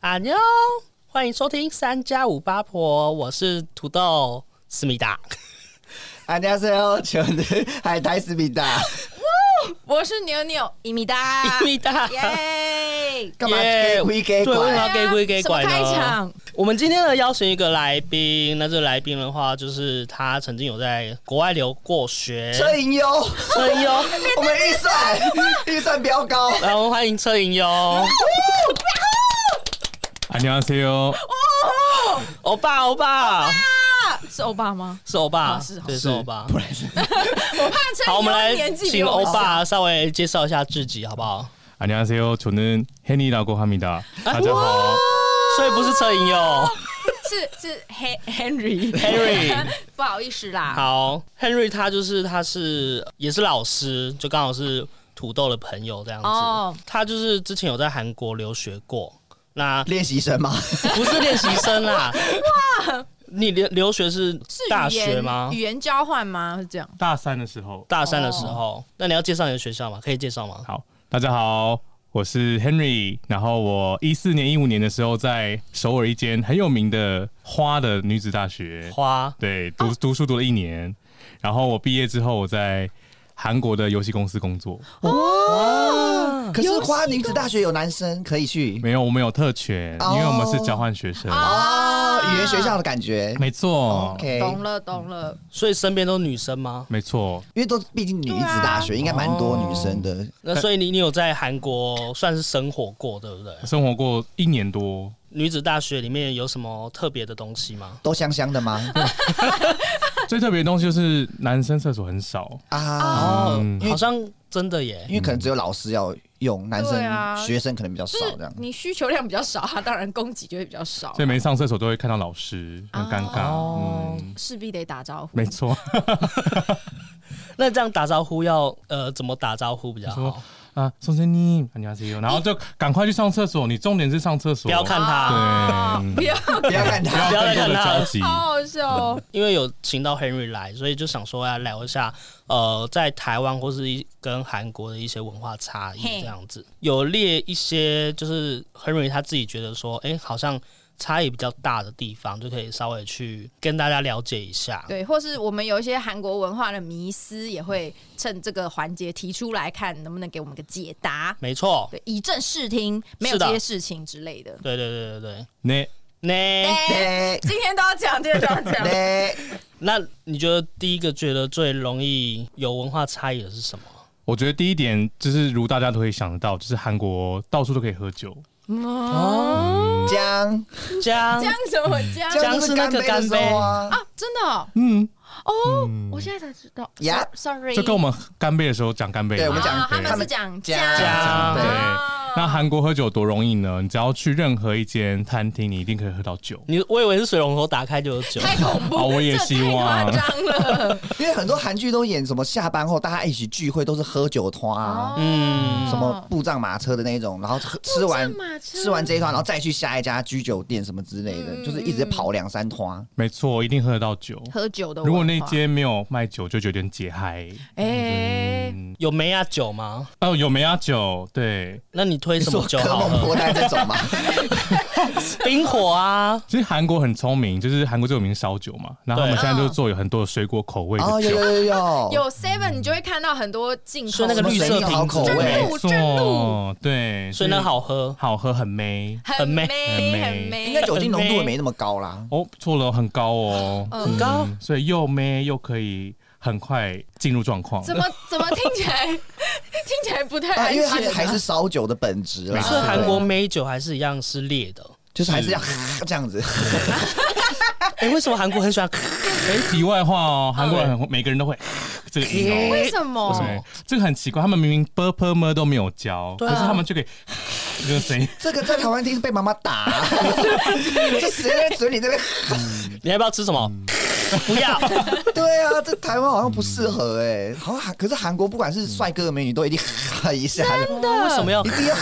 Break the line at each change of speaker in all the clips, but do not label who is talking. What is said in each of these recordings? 阿妞，欢迎收听三加五八婆，我是土豆思密达。
안녕하세요，저는海苔思密 达。
我是牛牛伊米 达，
思密达，
啊耶！
干嘛给回给
对，为什么
拐？
要给鬼给拐
什么开
呢？
场，
我们今天呢邀请一个来宾，那这个来宾的话，就是他曾经有在国外留过学，
车银优，
车银优，
我们预 算预算比较高。
来我们欢迎车银优，
안녕하세요，
欧巴，欧巴，
是欧巴吗？
是欧巴
啊是，
对，是欧巴。
不然是
我怕陈
好，我们来
年纪比
请
我
欧
小
巴稍微介绍一下自己，好不好？
안녕하세요저는혜니라고합니다大家好，
所以不是车银优。
是是 Hen- Henry
Henry
不好意思啦。
好，Henry 他就是他是也是老师，就刚好是土豆的朋友这样子。
哦
他就是之前有在韩国留学过， 那
练习生吗？
不是练习生啦。你留留学是
是
大
语
学
言
吗
语？言交换吗？是这样。
大三的时候，
大三的时候，
哦
那你要介绍你的学校吗？可以介绍吗？
好，大家好，我是 Henry，然后我一四年一五年的时候在首尔一间很有名的花的女子大学，
花
对，读读书读了一年，然后我毕业之后我在韩国的游戏公司工作，
哇！可是花女子大学有男生可以去
没有，我们有特权，因为我们是交换学生，
哦，语言学校的感觉。
没错，
哎
OK，
懂了，懂了。
所以身边都是女生吗？
没错，
因为都毕竟女子大学，应该蛮多女生的。
那所以你你有在韩国算是生活过，对不对？
生活过一年多，
女子大学里面有什么特别的东西吗？
都香香的 吗？
最特别的东西就是男生厕所很少。
啊，
哦，
为
好像真的耶
因。为可能只有老师要用，男
对啊
生学生可能比较少
就
这
是
样。
你需求量比较少，它当然供给就会比较少
所，以每次上厕所都会看到老师，很尴尬。
哦
嗯，
势必得打招呼
没。错。
那这样打招呼要呃怎么打招呼比较好
说？啊，宋先妮，안녕하세요。然后就赶快去上厕所，你重点是上厕所，
不要看他，
哦
他，
不
对，
要，
不要看
不
他，
要
不要再
太多
看
的
他
交
了
集。
好好笑哦。
因为有请到 Henry 来，所以就想说要聊一下呃在台湾或是一跟韩国的一些文化差异
嘿
这样子。有列一些就是 Henry 他自己觉得说，哎、好像差异比较大的地方，就可以稍微去跟大家了解一下。
对，或是我们有一些韩国文化的迷思，也会趁这个环节提出来看，能不能给我们个解答。
没错，
对，以正视听，没有
是的
这些事情之类 的。
对对对对对。
那
那
对
今天都要讲，今天都要讲。
哎对，
那你觉得第一个觉得最容易有文化差异的是什么？
我觉得第一点就是，如大家都可以想得到，就是韩国到处都可以喝酒，
哦，
姜
姜
讲什么讲
姜
就是
那个
干杯的时候啊。
啊？真的哦，
嗯，
哦我现在才知道。
呀
Sorry，
就跟我们干杯的时候讲干杯，
对我们讲
啊他们
他
是
们
讲
讲
讲
对
啊。
那韩国喝酒多容易呢？你只要去任何一间餐厅，你一定可以喝到酒。
你我以为是水龙头打开就有酒，
太恐怖，
啊我也
这
希
太夸
望
张了。
因为很多韩剧都演什么下班后大家一起聚会，都是喝酒团啊，
嗯
什么布障马车的那种，然后喝吃完
布障马车
吃完这一团，然后再去下一家居酒店什么之类的，就是一直跑两三啊团。
没错，一定喝得到酒。
喝酒的文化，
如果那间没有卖酒，就觉得有点解嗨。
哎，
嗯，
有梅亚酒吗？
哦，有梅亚酒，对，
那你推什
说
么酒
科
好
梦
喝
波？带这种嘛，
冰火啊，
其实韩国很聪明，就是韩国最有名的烧酒嘛，然后他们
对
现在就做有很多的水果口味
哦
的
有
酒，
有有有有，
有 Seven，你就会看到很多进
所
口
以那个
什么
绿
水
色
蜜桃
瓶
口
子，
味
真露真
错
露，
对，
所以那好喝。
好喝很美
很
美
美
很
很
应
美
该。酒精浓度也没那么高啦。
哦，错了，很高哦，
嗯
很高，
所以又美又可以很快进入状况，
怎么怎么听起来 听起来不太
啊，
安
因为它
全
是
啊？
还是烧酒的本质啦，
没错
所以韩国梅酒还是一样是烈的。
就是还是要这样子，
哎，为什么韩国很喜欢？
哎，题外话哦，韩国人很每个人都会这个音哦。
为什么？
对，这个很奇怪，他们明明 b p m 都没有教，
对
可
啊
是他们就可以 这个声音。
这个在台湾听是被妈妈打，啊 这谁在嘴里这边？
你要不要吃什么？
嗯
不要。
对啊，这台湾好像不适合哎，好像韩可是韩国不管是帅哥美女都一定一下的，
为什么要
一？定要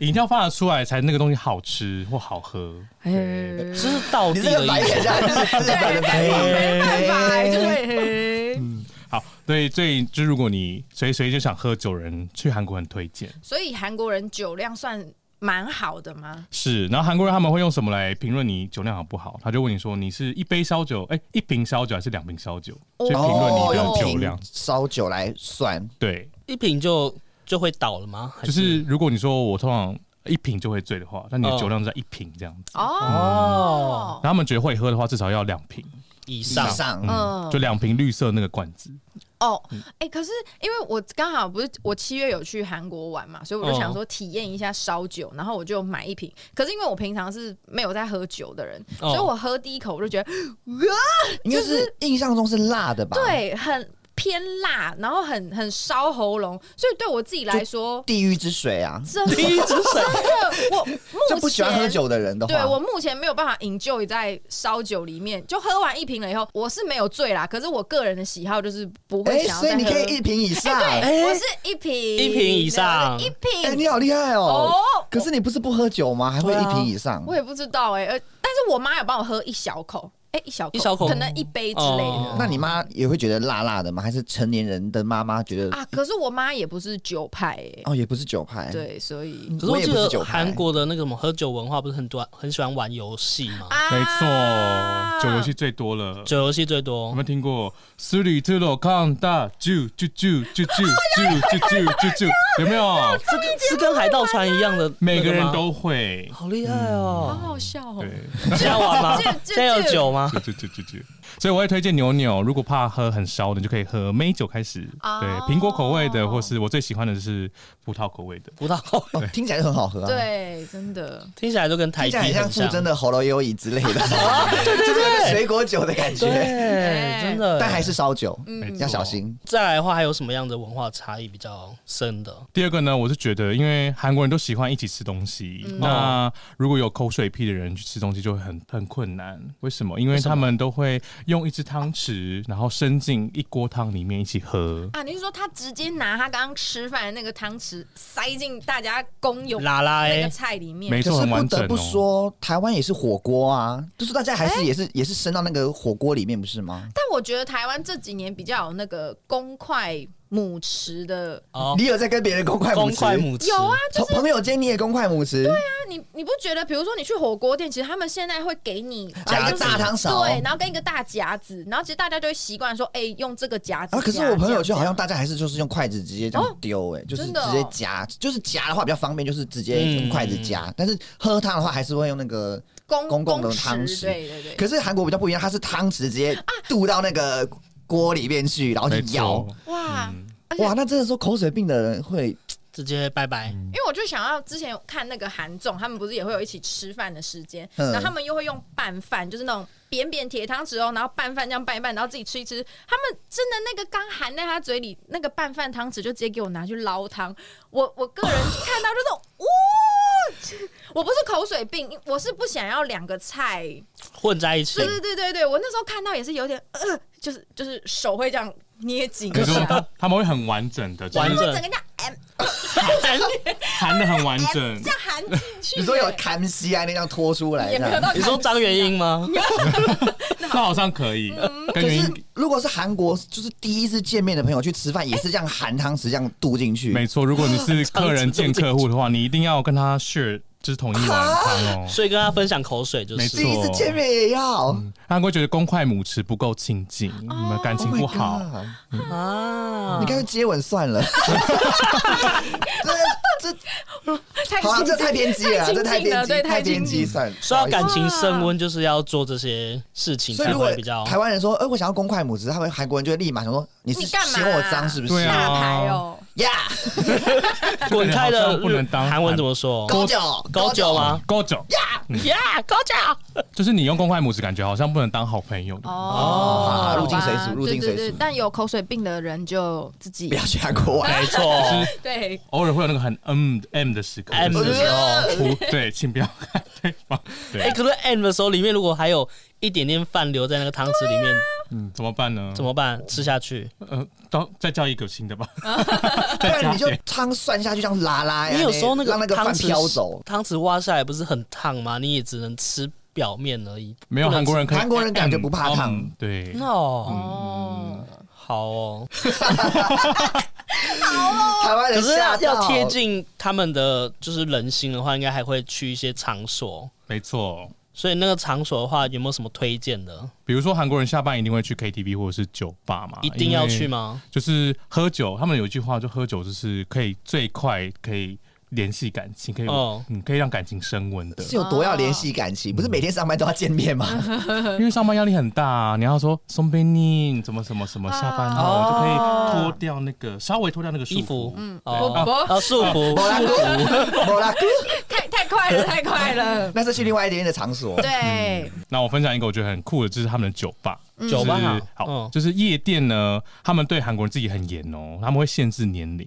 饮料发得出来才那个东西好吃或好喝。
哎
这是道
你
地
这
的
个白
意
眼
思。
像日日本的白眼，
拜
哎
拜，就是哎会嘿
好，对，所以就如果你随随就想喝酒人，去韩国很推荐。
所以韩国人酒量算蛮好的吗？
是，然后韩国人他们会用什么来评论你酒量好不好？他就问你说你是一杯烧酒，哎、一瓶烧酒还是两瓶烧酒？
哦
去评论你的酒量。
烧酒来算，
对，
哦
一瓶就就会倒了吗？还
就是如果你说我通常一瓶就会醉的话，那你的酒量在一瓶这样子。
哦
然，后他们觉得会喝的话，至少要两瓶，
以
以
上
上
嗯，
嗯
就两瓶绿色那个罐子。
哦，
嗯
哎、可是因为我刚好不是我七月有去韩国玩嘛，所以我就
哦
想说体验一下烧酒，然后我就买一瓶。可是因为我平常是没有在喝酒的人，
哦
所以我喝第一口我就觉得
应该是印象中是辣的吧？，
对很偏辣，然后很很烧喉咙，所以对我自己来说，
地狱之水啊，
真的真的我
就
目
不喜欢喝
前。
酒的人的话，
对我目前没有办法 enjoy 在烧酒里面，就喝完一瓶了以后，我是没有醉啦。可是我个人的喜好就是不会
哎，
想要
所
再
以
喝。
你可以一瓶以上，哎，
哎、对，我是一瓶
一瓶以上
一瓶。
哎
你好厉害哦
哦！
可是你不是不喝酒吗？还会一瓶以上
我？也不知道哎、呃，但是我妈有帮我喝一小口，哎、一小口，
一小口
可能一杯之类的。
哦
那你妈也会觉得辣辣的吗？还是成年人的妈妈觉得
啊，可是我妈也不是酒派哎、
哦，也不是酒派，，
对，所以
嗯
可是我
也
记
不是酒
得
派
韩国的那个什么喝酒文化，不是很多很喜欢玩游戏吗？
啊
没错，酒游戏最多了。
酒游戏最
有
多
没，有听过“斯里特洛康大啾啾啾啾啾啾啾啾啾啾”？有没有？
这个是跟海盗船一样的，
每个人
那吗
都会。
好厉害
好
哦！
好笑哦、
对，
现在玩吗
这这？这
现在有酒吗？
啾啾啾啾啾。所以我会推荐牛牛，如果怕喝很烧的，你就可以喝美酒开始。
哦
对，苹果口味的，或是我最喜欢的是葡萄口味的。
葡萄
哦，听起来就很好喝啊，，
对，真的，
听起来就跟台
听
啤
起来很像
像
傅，真的喉咙优怡之类的，
哦
就是有个水果酒的感
对
觉，，
真的。
但还是烧酒，
嗯
没错
要小。心。
再来的话，还有什么样的文化差异比较深的？
第二个呢，我是觉得，因为韩国人都喜欢一起吃东西，
嗯
那如果有口水屁的人去吃东西就会很很困难。为什么？因为他们都会用一只汤匙，然后伸进一锅汤里面一起喝。
啊，你是说他直接拿他刚刚吃饭的那个汤匙塞进大家公有
拉拉
那个
哎，
菜里面？
没
嗯可
错，
是
很
不
完整
得不
哦。
说，台湾也是火锅啊，就是大家还是也是也是伸到那个火锅里面，不是吗？
但我觉得台湾这几年比较有那个公筷母匙的，
哦，
你有在跟别人公筷母
公筷
匙？
母匙
有啊，
从朋友间你也公筷母匙？对啊，
那你你不觉得，比如说你去火锅店，其实他们现在会给你呃
夹
就是
子大汤勺
对，然后跟一个大夹子，然后其实大家就会习惯说，哎、用这个夹子夹。
啊，可是我朋友就好像
这样
大家还是就是用筷子直接这样丢，哎，就是
真的哦
直接夹，就是夹的话比较方便，就是直接用
嗯
筷子夹。但是喝汤的话还是会用那个，
公
公共的
公匙
汤匙
对对对。
可是韩国比较不一样，它是汤匙直接
啊
渡到那个锅里面去，然后
没
去舀。
错，
哇，
嗯
而且
哇，那真的说口水病的人会
直接拜拜。
嗯
因为我就想要之前看那个韩综，他们不是也会有一起吃饭的时间，
嗯
然后他们又会用拌饭，就是那种扁扁铁汤匙哦，然后拌饭这样拌一拌，然后自己吃一吃。他们真的那个刚含在他嘴里，那个拌饭汤匙就直接给我拿去捞汤。我我个人看到就是，哇！我不是口水病，我是不想要两个菜。
混在一起
对，对对对对，我那时候看到也是有点，呃，就是就是手会这样捏紧
没
一
错，
下，
他他们会很完整的，就
完
是
然后
整
整个这样，哎、
含的很完整
哎
这。样含进去、
你说有
哎
坎西啊那样拖出来
也
这
没
样，
有到
你说
看
张元英吗？
那好像可以，跟
嗯可
原
是
因。
如果是韩国，就是第一次见面的朋友去吃饭，也是这样含汤匙这样渡进去。
没错，如果你是客人见客户的话，你一定要跟他 share，就是同一碗汤哦。
啊
所以跟他分享口水就
没
是
错
第一次见面也要，
韩国觉得公筷母匙不够亲近，你们感情
Oh my
不好。
God
嗯
啊
你干脆接吻算 了。这这
太
好、啊，
亲
这
近
太偏激了啊，
太
这太
亲近
偏
了，
激，
对，
太
太
偏
亲
激
近。
算。
说到
不好意
感情升温，就是要做这些事情
思所以
才
如果
会比较
台湾人说，哎、我想要公筷母子，他们韩国人就会立马想说，你是
你干嘛
嫌我脏是不是？
对啊
大牌哦，
呀，
滚开
好
的
像不能当
韩文怎么说？
高脚，
高啊脚？吗？
够久，
呀，高脚。
嗯
哦
就是你用公筷母匙，感觉好像不能当好朋友的。
啊
哦
入境随俗
好吧
入境随俗
对对对但有口水病的人就自己
不要去韩国玩。
没 错，
对，
偶尔会有那个很 M M 的时刻
M
就是
的时候，
不对，请不要看对方。
哎、
对，
可是 M 的时候里面如果还有一点点饭留在那个汤匙里面，
啊
嗯，怎么办呢？
怎么办？吃下去？
呃，到再叫一个新的 吧，
不
再
然
加
你
一
就
点。
汤涮下去，这样拉拉呀。
你有时候那
让那个
汤
饭
匙
飘走。
汤匙挖下来不是很烫吗？你也只能吃表面而已。
没有韩国人可以，
韩国人感觉不怕烫
嗯对，
哦，
哦，
好哦，
台湾
可
人
是要
吓到
要贴近他们的就是人心的话，应该还会去一些场所。
没错。
所以那个场所的话，有没有什么推荐的？
比如说韩国人下班一定会去 KTV 或者是酒吧嘛，
一定要去？吗？
就是喝酒，他们有一句话，就喝酒就是可以最快可以联系感情，可以、
哦
嗯可以让感情升温的。
是有多要联系感情？不是每天上班都要见面吗？
因为上班压力很大、啊你要说松贝宁怎么什么什么，
啊
下班后就可以脱掉那个稍微脱掉那个束
衣服
缚，
嗯，
我
啊
哦，
我
哦，束
莫
缚，
拉姑，莫拉姑，。
太太快了，太快了
那是去另外一间的场所。
对，
那我分享一个我觉得很酷的，就是他们的酒吧。
嗯酒吧
就是
好，
好，
嗯，
就是夜店呢，他们对韩国人自己很严哦，他们会限制年龄，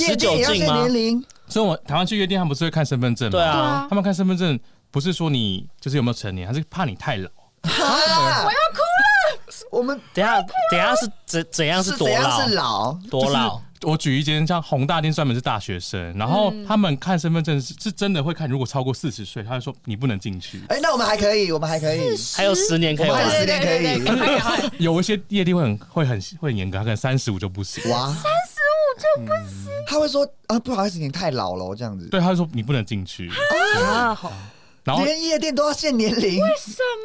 夜店也要限年龄，
所以我台湾去夜店，他们不是会看身份证吗？
对
对
啊，
啊
他，们看身份证不是说你就是有没有成年，他是怕你太老。
啊我要哭了。我们
等一下等一下是怎怎样是
怎
多
样
老
是老？
多老？
我举一间像宏大店，专门是大学生，然后
嗯
他们看身份证是是真的会看，如果超过四十岁，他就说你不能进去。
哎，那我们还可以，我们还可以。
还有十年可以
我
玩
们还
对
有十
对
年
对
可
对对，哎赶
以。
快赶快。
有一些夜店会很会很会很严格，他可能三十五就不行。
哇，三十五就不行。他会说啊，不好意思，你太老了，这样子。
对，他就说你不能进去，
啊，好
然后
连夜店都要限年龄。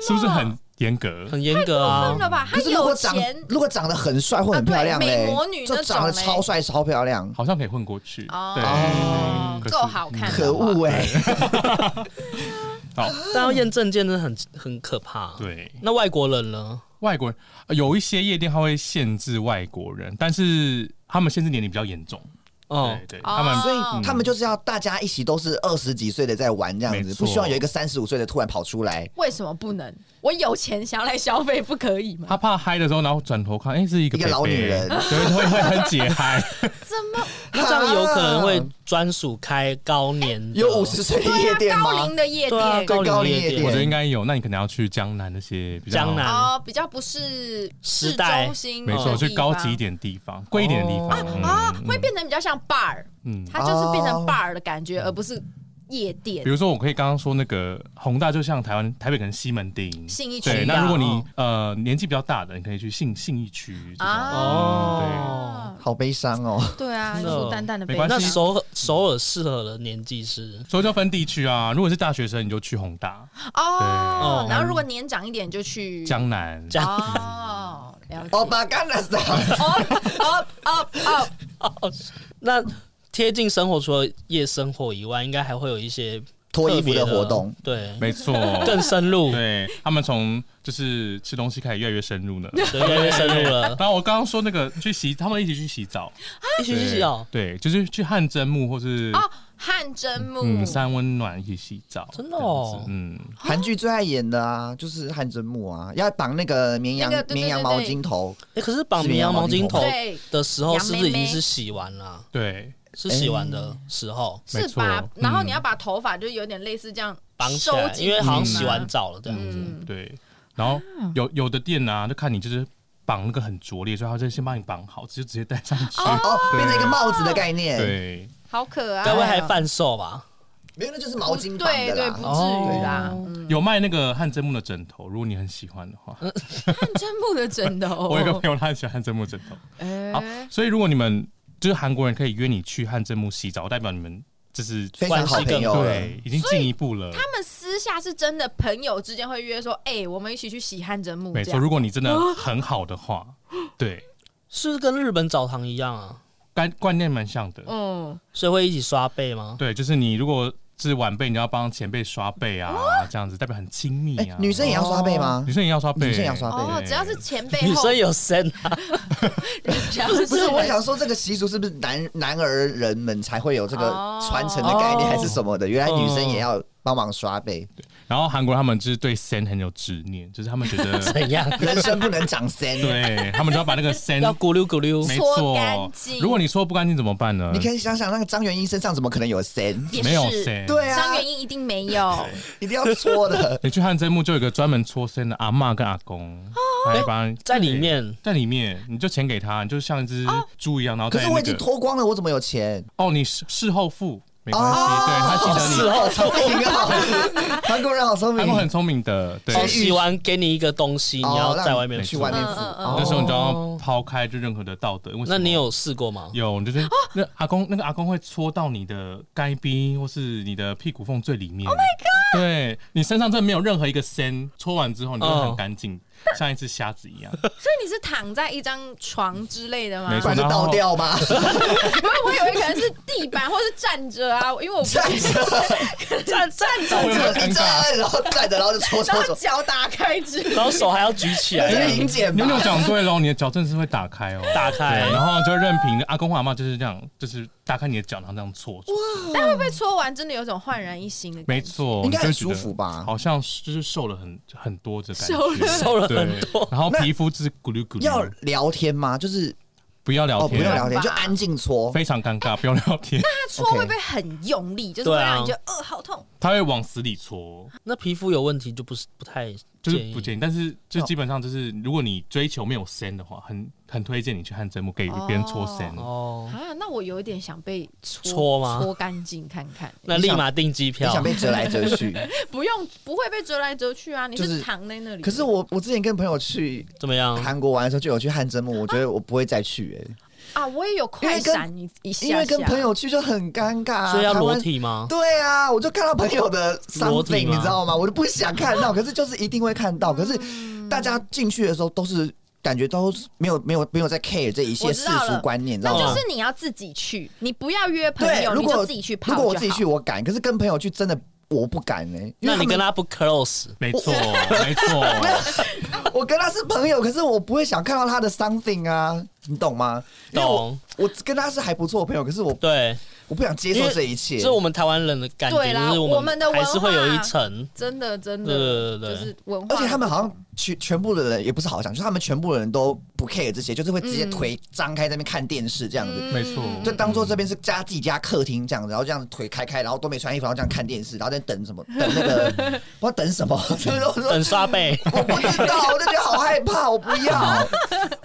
是不是很严格？
很严格啊
疯。了吧？他
可是如果
有
长
钱
如果长得很帅或很漂亮
啊对
嘞
美魔女，那
就
种
长得
嘞
超帅超漂亮，
好像可以混过去，
哦
对，，
够好看的话，
可恶哎！
好，
但要验证件真的很很可怕。，
嗯哦
啊
对，
那外国人呢？
外国人呃有一些夜店他会限制外国人，但是他们限制年龄比较严重。
哦，
对对，
哦
他们
所
嗯
以他们就是要大家一起都是二十几岁的在玩这样
没
子，
错
不希望有一个三十五岁的突然跑出来。
为什么不能？我有钱想要来消费，不可以吗？
他怕嗨的时候，然后转头看，哎、是一个
一个老
伯伯
女人
对，会会很解 嗨。
怎么
那这样有可能会专属开高年的
啊
有五十岁的夜
对
店
啊，高
吗
龄？的夜
对啊
店
高
高
龄
龄
夜
夜
店
店
我觉得应该有，那你可能要去江南那些比较
江南
哦，比较不是
时
市
代
中心的嗯
没
地方，
错，去高级一点的地方，贵一点的地
哦
方。
啊
嗯，
会变成比较像 bar，
嗯，
它就是变成
哦
bar 的感觉，而不是夜店
比。如说我可以刚刚说那个宏大，就像台湾台北可能西门町。
信义区
对，
啊
那如果你
哦
呃年纪比较大的，你可以去信信义区这种
哦
嗯
啊，
好悲伤哦！
对啊，
真
一
的
股淡淡的
没
悲
关
那
系
伤。
首尔首尔适合的年纪是
对，所以就分地区啊。如果是大学生，你就去宏大、
哦
对，
然后如果年长一点就去
江南。
这样。
哦，
嗯
了解
欧巴干了 啥？
哦哦
嗯
哦，
那贴近生活，除了夜生活以外，应该还会有一些
脱衣
特
服
别
的活动，，
对，
没错，
更深入，
对他们从就是吃东西开始越来越深入呢。
对，越来越深入了。
然后我刚刚说那个去洗，他们一起去洗澡，
一起一起哦，
对，就是去汗蒸木或是
哦，汗蒸木
嗯，三温暖一起洗澡，
真的哦
这样子嗯，
韩剧最爱演的啊，就是汗蒸木啊，要绑那个绵羊
那个对对
绵羊
对
毛
对
巾头，
哎，可是绑
是
绵羊
羊
毛
毛
巾
巾
头
头
对，
的时候，
羊
是不是已
妹
经
妹
是洗完了？
对，
是洗完的时候
没
是
错
吧？然后你要
嗯
把头发就有点类似这样
绑起
收
来，
紧，
因为好像
嗯
洗完澡了这样子。
嗯
对，然后有有的店啊，就看你就是绑那个很拙劣，所以他就先帮你绑好，直接直接戴上去，
哦，
对
变成一个帽子的概念。
对，
好可爱哦。
该不会还贩售吧？
没有，那就是毛巾绑
对
的
对，
啦
不。至于啦。
哦
嗯
有卖那个汗蒸木的枕头，如果你很喜欢的
嗯
话，
汗蒸木的枕头，
我有一
哦
个朋友他很喜欢汗蒸木枕头，好
哎，
所以如果你们就是韩国人可以约你去汗蒸木洗澡，代表你们就是
非常好朋友了，
对已经进一步了。
他们私下是真的朋友之间会约说，哎，我们一起去洗汗蒸木，
没
这
错，
样
如果你真的很好的话，对，
是不是跟日本澡堂一样啊？
观观念蛮像的。
嗯，
所以会一起刷背吗？
对，就是你如果是晚辈，你要帮前辈刷背啊，这样子代表很亲密
哎
啊。，哦
女生也要刷背吗
女？生也要刷背，
啊女生也要刷背
哦，只要是前 辈
女
后
生，有身啊，
只要是
不
哎
是，我想说这个习俗是不是男男儿人们才会有这个
哦
传承的概念，还是什么的？原来女生
哦
也要帮忙刷背，
然后韩国人他们就是对 sen 很有执念，就是他们觉 得
怎样？
人生不能长三。
哦对他们就要把那个 sen
要咕溜咕溜，
没
搓干
错
净。
如果你说不干净怎么办呢
你？可以想想，那个张元英身上怎么可能有三？
也
没有
是
sen，。
对啊
张，元英一定没有，
一定要搓的
你去汗蒸木就有一个专门搓 sen 的阿嬷跟阿公，
哦
来帮
在里。面
在里面，你就钱
哦
给他，你就像一只猪一样，然后
可
在
是
那
我已经
个
脱光了，我怎么有钱？
哦，你事事后付，没关系，对他记得
是
你。
好聪明啊！韩国人好聪
韩国很
明，
聪明的，对，
哦洗完给你一个东西，你
哦
要
让
在外面
你
付
去外面付。
嗯嗯嗯
哦
那时候你就要抛开就任何的道德。为什么
那你有试过吗？
有，你
哦
就是那阿公那个阿公会戳到你的该逼或是你的屁股缝最里面。Oh my god！对你身上真的没有任何一个深，戳完之后你就
嗯
会很干净，像一只瞎子一样。
所以你是躺在一张床之类的吗？
没
不
错
然就倒掉 吧。
不是，我以为可能是地板或是站着啊，因为我不
站着，
站站
会不
一
会尴
站
尬？，
然后站着，然后就搓
然
搓
后
搓，
脚打开之类 的。
然后手还要举起
这
来啊
是， 银检
你有没有
吧？
讲对喽？你的脚正是会打开哦，
打
对，
开。
然后就任凭阿公或阿妈就是这样，就是打开你的脚，然后这样搓搓。
但会不会搓完真的有种焕然一新的感觉？
没错，
应该很
你就会觉得
舒服吧
好像是就是瘦了很很多的感觉，
瘦了
瘦了
对
很多，
然后皮肤就是咕噜咕噜，
要聊天吗？就是
不要聊
哦，不
啊
天，
用聊天，
吧
就安静搓。
非常尴尬，不要聊天，
那搓会不会很用力？就是会
对啊
让你觉得呃好痛。
他会往死里戳。
那皮肤有问题就不是不太
就是不
建议。
建议，但是就
哦
基本上就是，如果你追求没有深的话，很很推荐你去汗蒸木给别人搓深。
哦，
啊，那我有一点想被搓
搓吗
搓干净看看，
那立马订机
你
票
想。被折来折 去，
不用不会被折来折去啊，你
就是
是躺在那里。
可是我我之前跟朋友去
怎么样？
韩国玩的时候，就有去汗蒸木，我觉得我不会再去哎、
啊，我也有快闪一一下
因
下，
为跟朋友去就很尴尬、啊，
所以要
台湾
裸。体吗？
对啊，我就看到朋友的
裸
something，
体
你
吗
知道吗？我就不想看 到，可是就是一定会看到。可是
嗯
大家进去的时候都是感觉都是没有没有没有在 care 这一
我
些
知
世
道了
俗观念，你知
那
道
就
吗？
是你要自己去，你不要约朋
对，
友，
如
你就
果
自己去泡
如果我
就
自己
好
去，我敢。可是跟朋友去真的我不敢呢、因
那
为
你跟
他
他不 close，
没错，
哦
没错，
们我跟他是朋友，可是我不会想看到他的 something 啊，你懂吗？因为我
懂？
我跟他是还不错的朋友，可是我
对，
我不想接受这一切。
这是我们台湾人的感
对
觉，
啦
就是
我们的文
还
化
是会有一层。
真的真
对
的
对对对
就是文化，
而且他们好像全全部的人也不是好想，就是他们全部的人都不 care 这些，就是会
嗯
直接腿张开在那边看电视这样子，
没错，
就当做这边是家自己家客厅这样子，然后这样子腿开开，然后都没穿衣服，然后这样看电视，然后在等什么等那个不 知道等什么，就是我说
等嗯刷 背，
我不知道，我就觉得好害怕，我不 要，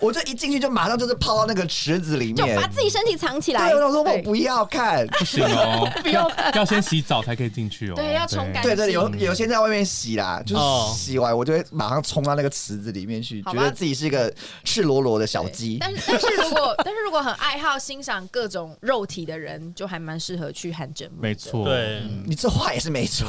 我就一进去就马上就是泡到那个池子里
就
面
把，自己身体藏起来。
对，我说我
对
不要看。
不行 哦，要要先洗澡才可以进去哦。
对要冲干
对对，有有些在外面洗啦，就
哦
是洗完我就会马上冲到那个池子里面去，
好
觉
吧
得自己是一个赤裸裸的小
对
鸡。
但是 但是如果但是如果很爱好欣赏各种肉体的人，就还蛮适合去汗蒸木。
没错，
对，
你这话也是没 错，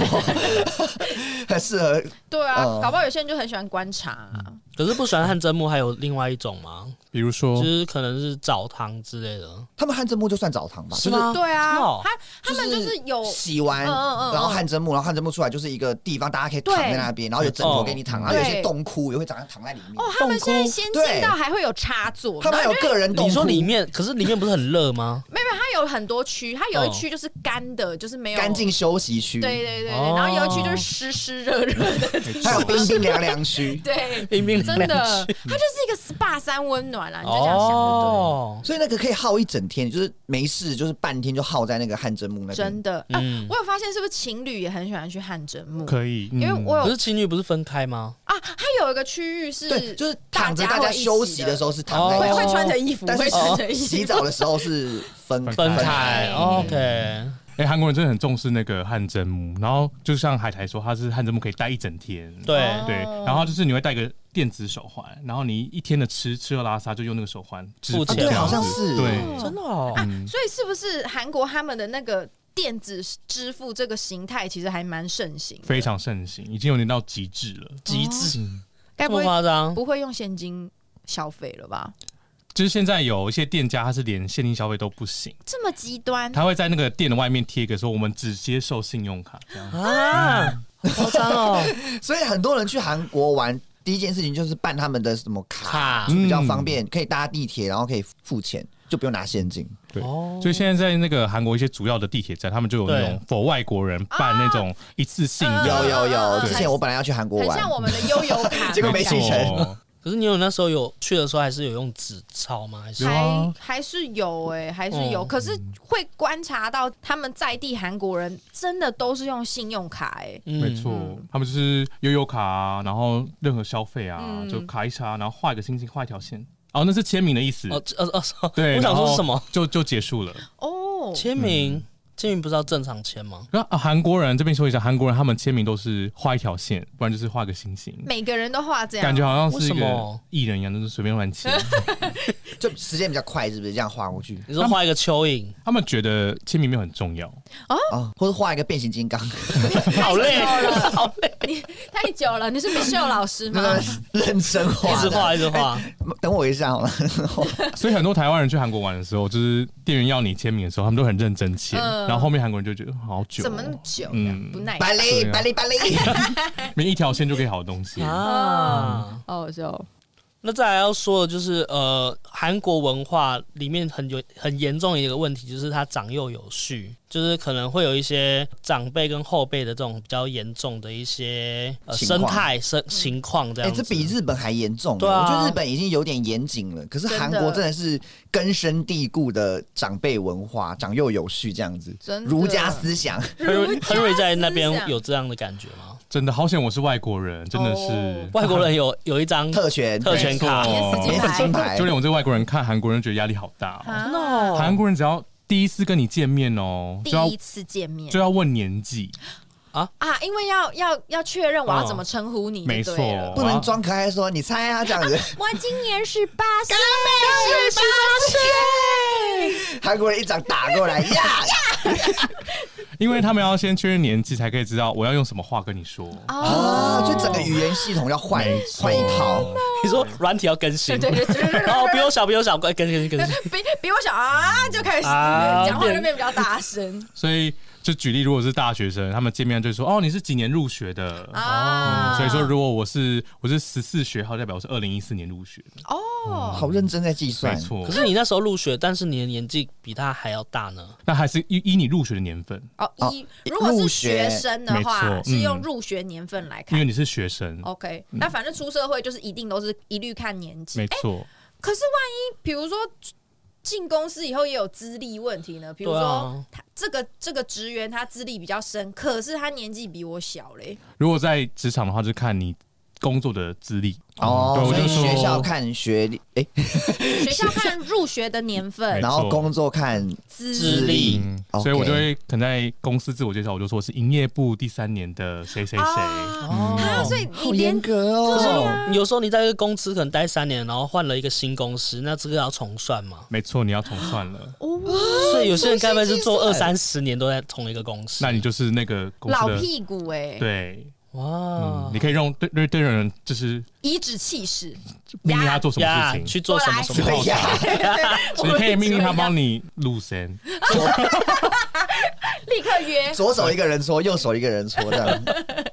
很适合
对啊，
嗯
搞不好有些人就很喜欢观察啊、
可是不喜欢汗蒸木还有另外一种吗？
比如说
就，是可能是澡堂之类的，
他们汗蒸木就算澡堂吧，
是吗？
对啊，
真的哦
他他们就是有
洗完，
嗯嗯嗯
然后汗蒸木，然后汗蒸木出来就是一个地方，大家可以躺在那边，然后有枕头给你躺，然后有些洞窟也会躺躺在里面。
哦，他们现在先进
对
到还会有插座，
他们还有
然后
个人洞
你
窟，
说里面，可是里面不是很热 吗？
没有没有，它有很多区，它有一
哦
区就是干的，就是没有
干净。休息区，
对对对，
哦
然后有一区就是湿湿热热的，
没 错
还有冰冰凉凉区。
对，
冰冰
真
凉
的，
凉
它
区
就是一个 SPA 三温暖啦，你就这样想就
哦，
所以那个可以耗一整天，就是没事，就是半天就耗在那个汗蒸木那
对了，
边
真。的。啊
嗯
我有发现是不是情侣也很喜欢去汗蒸木？
可以，
因为
嗯
我有
可是情侣不是分开吗？
啊，它有一个区域是
对，就是躺着，大家
会一起
休息的时候是躺
哦
在
会
一
会
起，
穿着衣服，
但是哦
会穿着衣服
洗澡的时候是分
分
分
开
开
哦，OK。
哎，韩国人真的很重视那个汗蒸木，然后就像海苔说，他是汗蒸木可以戴一整天，
哦
对，
对，然后就是你会戴个电子手环，然后你一天的吃吃喝拉撒就用那个手环支付
付钱
这样子
对好
像是
对，
真的哦，
所以是不是韩国他们的那个电子支付这个形态其实还蛮盛行的？
非常盛行，已经有点到极致了。
极致，
该
这
不
么
会
夸张？
不会用现金消费了吧？
就是现在有一些店家，他是连现金消费都不行，
这么极端，
他会在那个店的外面贴一个说我们只接受信用卡这样。
啊，夸张哦，
所以很多人去韩国玩，第一件事情就是办他们的什么
卡
卡，就比较方便，可以搭地铁，然后可以付钱，就不用拿现金。
对，
哦
所以现在在那个韩国一些主要的地铁站，他们就有那种否外国人办那种一次性
嗯
啊有
的，
有有，
对
之前我本来要去韩国
很
玩，
像我们的悠游卡，
结果没
没
行程
错，
可是你有那时候有去的时候，还是有用纸钞吗？还是
有
还
啊
还是有哎、还是有，
嗯
可是会观察到他们在地韩国人真的都是用信用卡哎、
嗯
没错，他们就是悠悠卡啊，然后任何消费啊，
嗯
就卡一查，然后画一个星星，画一条线。哦，那是签名的意思。
哦，这哦哦，
对，
我想
然
说
后嗯
是什么
就就结束了。
哦，
签名？签名不是要正常签吗？
那啊，韩国人这边说一下，韩国人他们签名都是画一条线，不然就是画个心形，
每个人都画这样，
感觉好像是一
为什
个
么
艺人一样，就是随便乱签。
啊
就时间比较快，是不是这样画过
嗯
去
你说画一个蚯蚓，
他们觉得签名没有很重要，
啊？或者画一个变形金刚，
嗯
好 累，好累，
太久了。你是美秀老师吗？
那认真画
一
的，
直画一直画，
等我一下 好了。
啊
所以很多台湾人去韩国玩的时候，就是店员要你签名的时候，他们都很认真签，
嗯
然后后面韩国人就觉得好久哦，
怎么那么久？
嗯
不耐
巴黎，
对啊
巴黎，巴黎。
每一条线就可以好东西。
啊。
哦，我就
那再来要说的就是，呃，韩国文化里面很有很严重的一个问题，就是它长幼有序，就是可能会有一些长辈跟后辈的这种比较严重的一些、呃、
情况
生态生情况这
哎、
样子。
这比日本还严重。欸
对啊
我觉得日本已经有点严谨了，可是韩国
真的
真的是根深蒂固的长辈文化，长幼有序这样子
真，的
儒家思想。
Henry
家
Henry 在那边
思想
有这样的感觉吗？
真的好险，我是外国人，真的是
哦。
外国人有有一张
特权，
特权卡
没
免死
错
金
免死金
牌。
牌
就，连我这个外国人看韩国人觉得压力好大哦、
啊
韩国人只要第一次跟你见面哦，
第
就要
一次见面
就要问年纪，
啊，因为要要要确认我要怎么称呼你，
没错，。
不能装可爱说你猜啊这样子。
我今年十八岁，
韩国人一掌打过来呀，
因为他们要先确认年纪，才可以知道我要用什么话跟你说。
啊，
哦
就整个语言系统要换
哦没错
换一套。
你说软体要更新，
对对对对对对
哦，比我小，比我小，更更新 更新。
比比我小啊，就开始
啊
讲话就变比较大声
所以就举例，如果是大学生，他们见面就说：“哦，你是几年入学的？”哦
啊。
所以说，如果我是我是十四学号，代表我是二零一四年入学的，
哦，
好认真在计算
没，错
可。是你那时候入学，但是你的年纪比他还要大呢。
那还是依依你入学的年份，
哦一
哦
如果是
入学
学生的话
没，错
是用
嗯
入学年份来
因
看
为。你是学生，
OK，那反正出社会就是一定都是一律看年纪
没。错。
可是万一比如说进公司以后也有资历问题呢？比如
对
说
啊
他这个这个职员他资历比较深，可是他年纪比我小嘞。
如果在职场的话，就看你工作的资历
哦
对，我
所
就
以
说
学校看学历，哎、
学校看入学的年份
没、
然后
错
工作看
资
资
历。
历，
嗯，
OK
所以我就会可能在公司自我介绍，我就说我是营业部第三年的谁谁谁，
啊，啊所以你
好
连
严格哦。
有时候你在一个公司可能待三年，然后换了一个新公司，那这个要重算嘛？
没错，你要重算了，
所以有些人该不会是做二
重新计算
三十年都在同一个公司？
那你就是那个公司
老
的
屁股哎、
对，
哇
嗯，，你可以用对对对人就是
颐指气使，
命令他做什么
呀
事情，
去做什么什
对
么？
呀，
你可以命令他帮你录声，
立刻约，
左手一个人搓，右手一个人搓，这样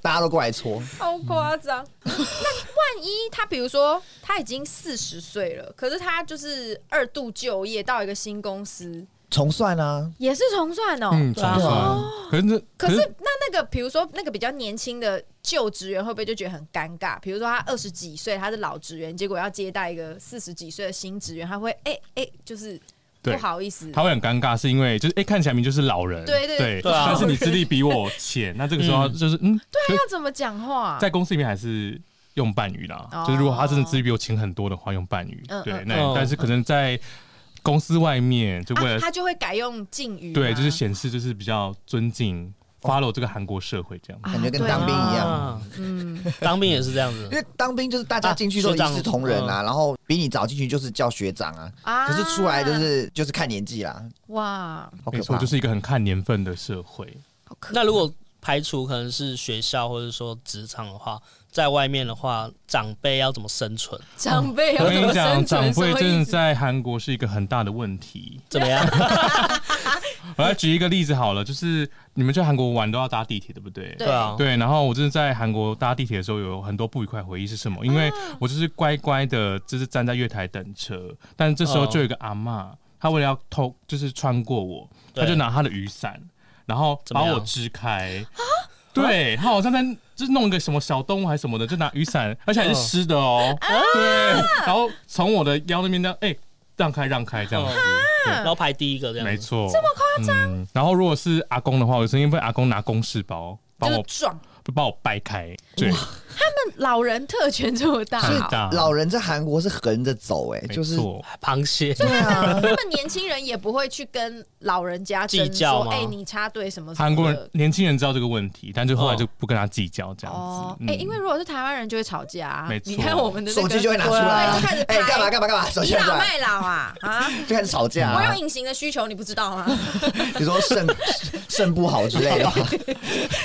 大家都过来搓。
好夸张。那万一他比如说他已经四十岁了，可是他就是二度就业到一个新公司，
重算啊，
也是重算哦。
嗯，重
对啊
算。可是那
可是那那个比如说那个比较年轻的旧职员会不会就觉得很尴尬？比如说他二十几岁，他是老职员，结果要接待一个四十几岁的新职员，他会哎哎、就是不
对
好意思。
他会很尴尬，是因为就是哎、诶看起来明明就是老人，
对对
对
对啊
但是你资历比我浅，那这个时候就是嗯，对
要怎么讲话？
在公司里面还是用伴语啦，
哦
就是如果他真的资历比我浅很多的话，用伴语，
嗯
对
嗯，
那、
嗯
但是可能在公司外面就为
啊，
了、
他就会改用敬语吗，啊
对，就是显示就是比较尊敬、follow 这个韩国社会这样。
啊
感觉跟
对
当兵一样
啊，
嗯，
当兵也是这样子
因。为当兵就是大家进去都一视同仁啊，然后比你早进去就是叫学长啊，
啊
可是出来就是就是看年纪啦，
哇，
好
没
可
错，
怕。
就是一个很看年份的社会。
好可
那如果排除可能是学校或者说职场的话，在外面的话，长辈要怎么生存？
长辈有
我跟
什
你
么
讲，
生
长
存
辈真的
的
在韩国是一个很大的问题。
怎么样？
我来举一个例子好了，就是你们去韩国玩都要搭地铁，对不对？
对
对啊，
对，然后我就是在韩国搭地铁的时候，有很多不愉快回忆是什么？因为我就是乖乖的，就是站在月台等车，但这时候就有一个阿嬷，她为了要偷，就是穿过我，她
对
就拿她的雨伞，然后
怎
把
么
我
样
支开。对，她好像在就是弄一个什么小动物还是什么的，就拿雨伞，而且还是湿的嗯哦。对，然后从我的腰那边这样，哎、让开让开这样子。对
然后排第一个这样子。
没错，啊这么夸张、然后如果是阿公的话，我曾经被阿公拿公事包把
就是
我
撞，
把我掰开，对，
老人特权这么大、
很
哦，
大
老人在韩国是横着走、哎，就是
没错
螃蟹，
对啊，
他们年轻人也不会去跟老人家争
计较
说，
吗
哎、你插队什么什么的哦
韩国人年轻人知道这个问题，但就后来就不跟他计较这样子。
哦，哎、
嗯
因为如果是台湾人就会吵架、啊
没，
你
错
看我们的、
手
那个、
机就会拿出来、
对
啊
就开始，拍
哎、干嘛干嘛干嘛，手机
倚
拿出
老
来
卖老啊 啊！
就开始吵架、
我有
啊，
隐形的需求，你不知道吗？
比如说肾 肾不好之类的，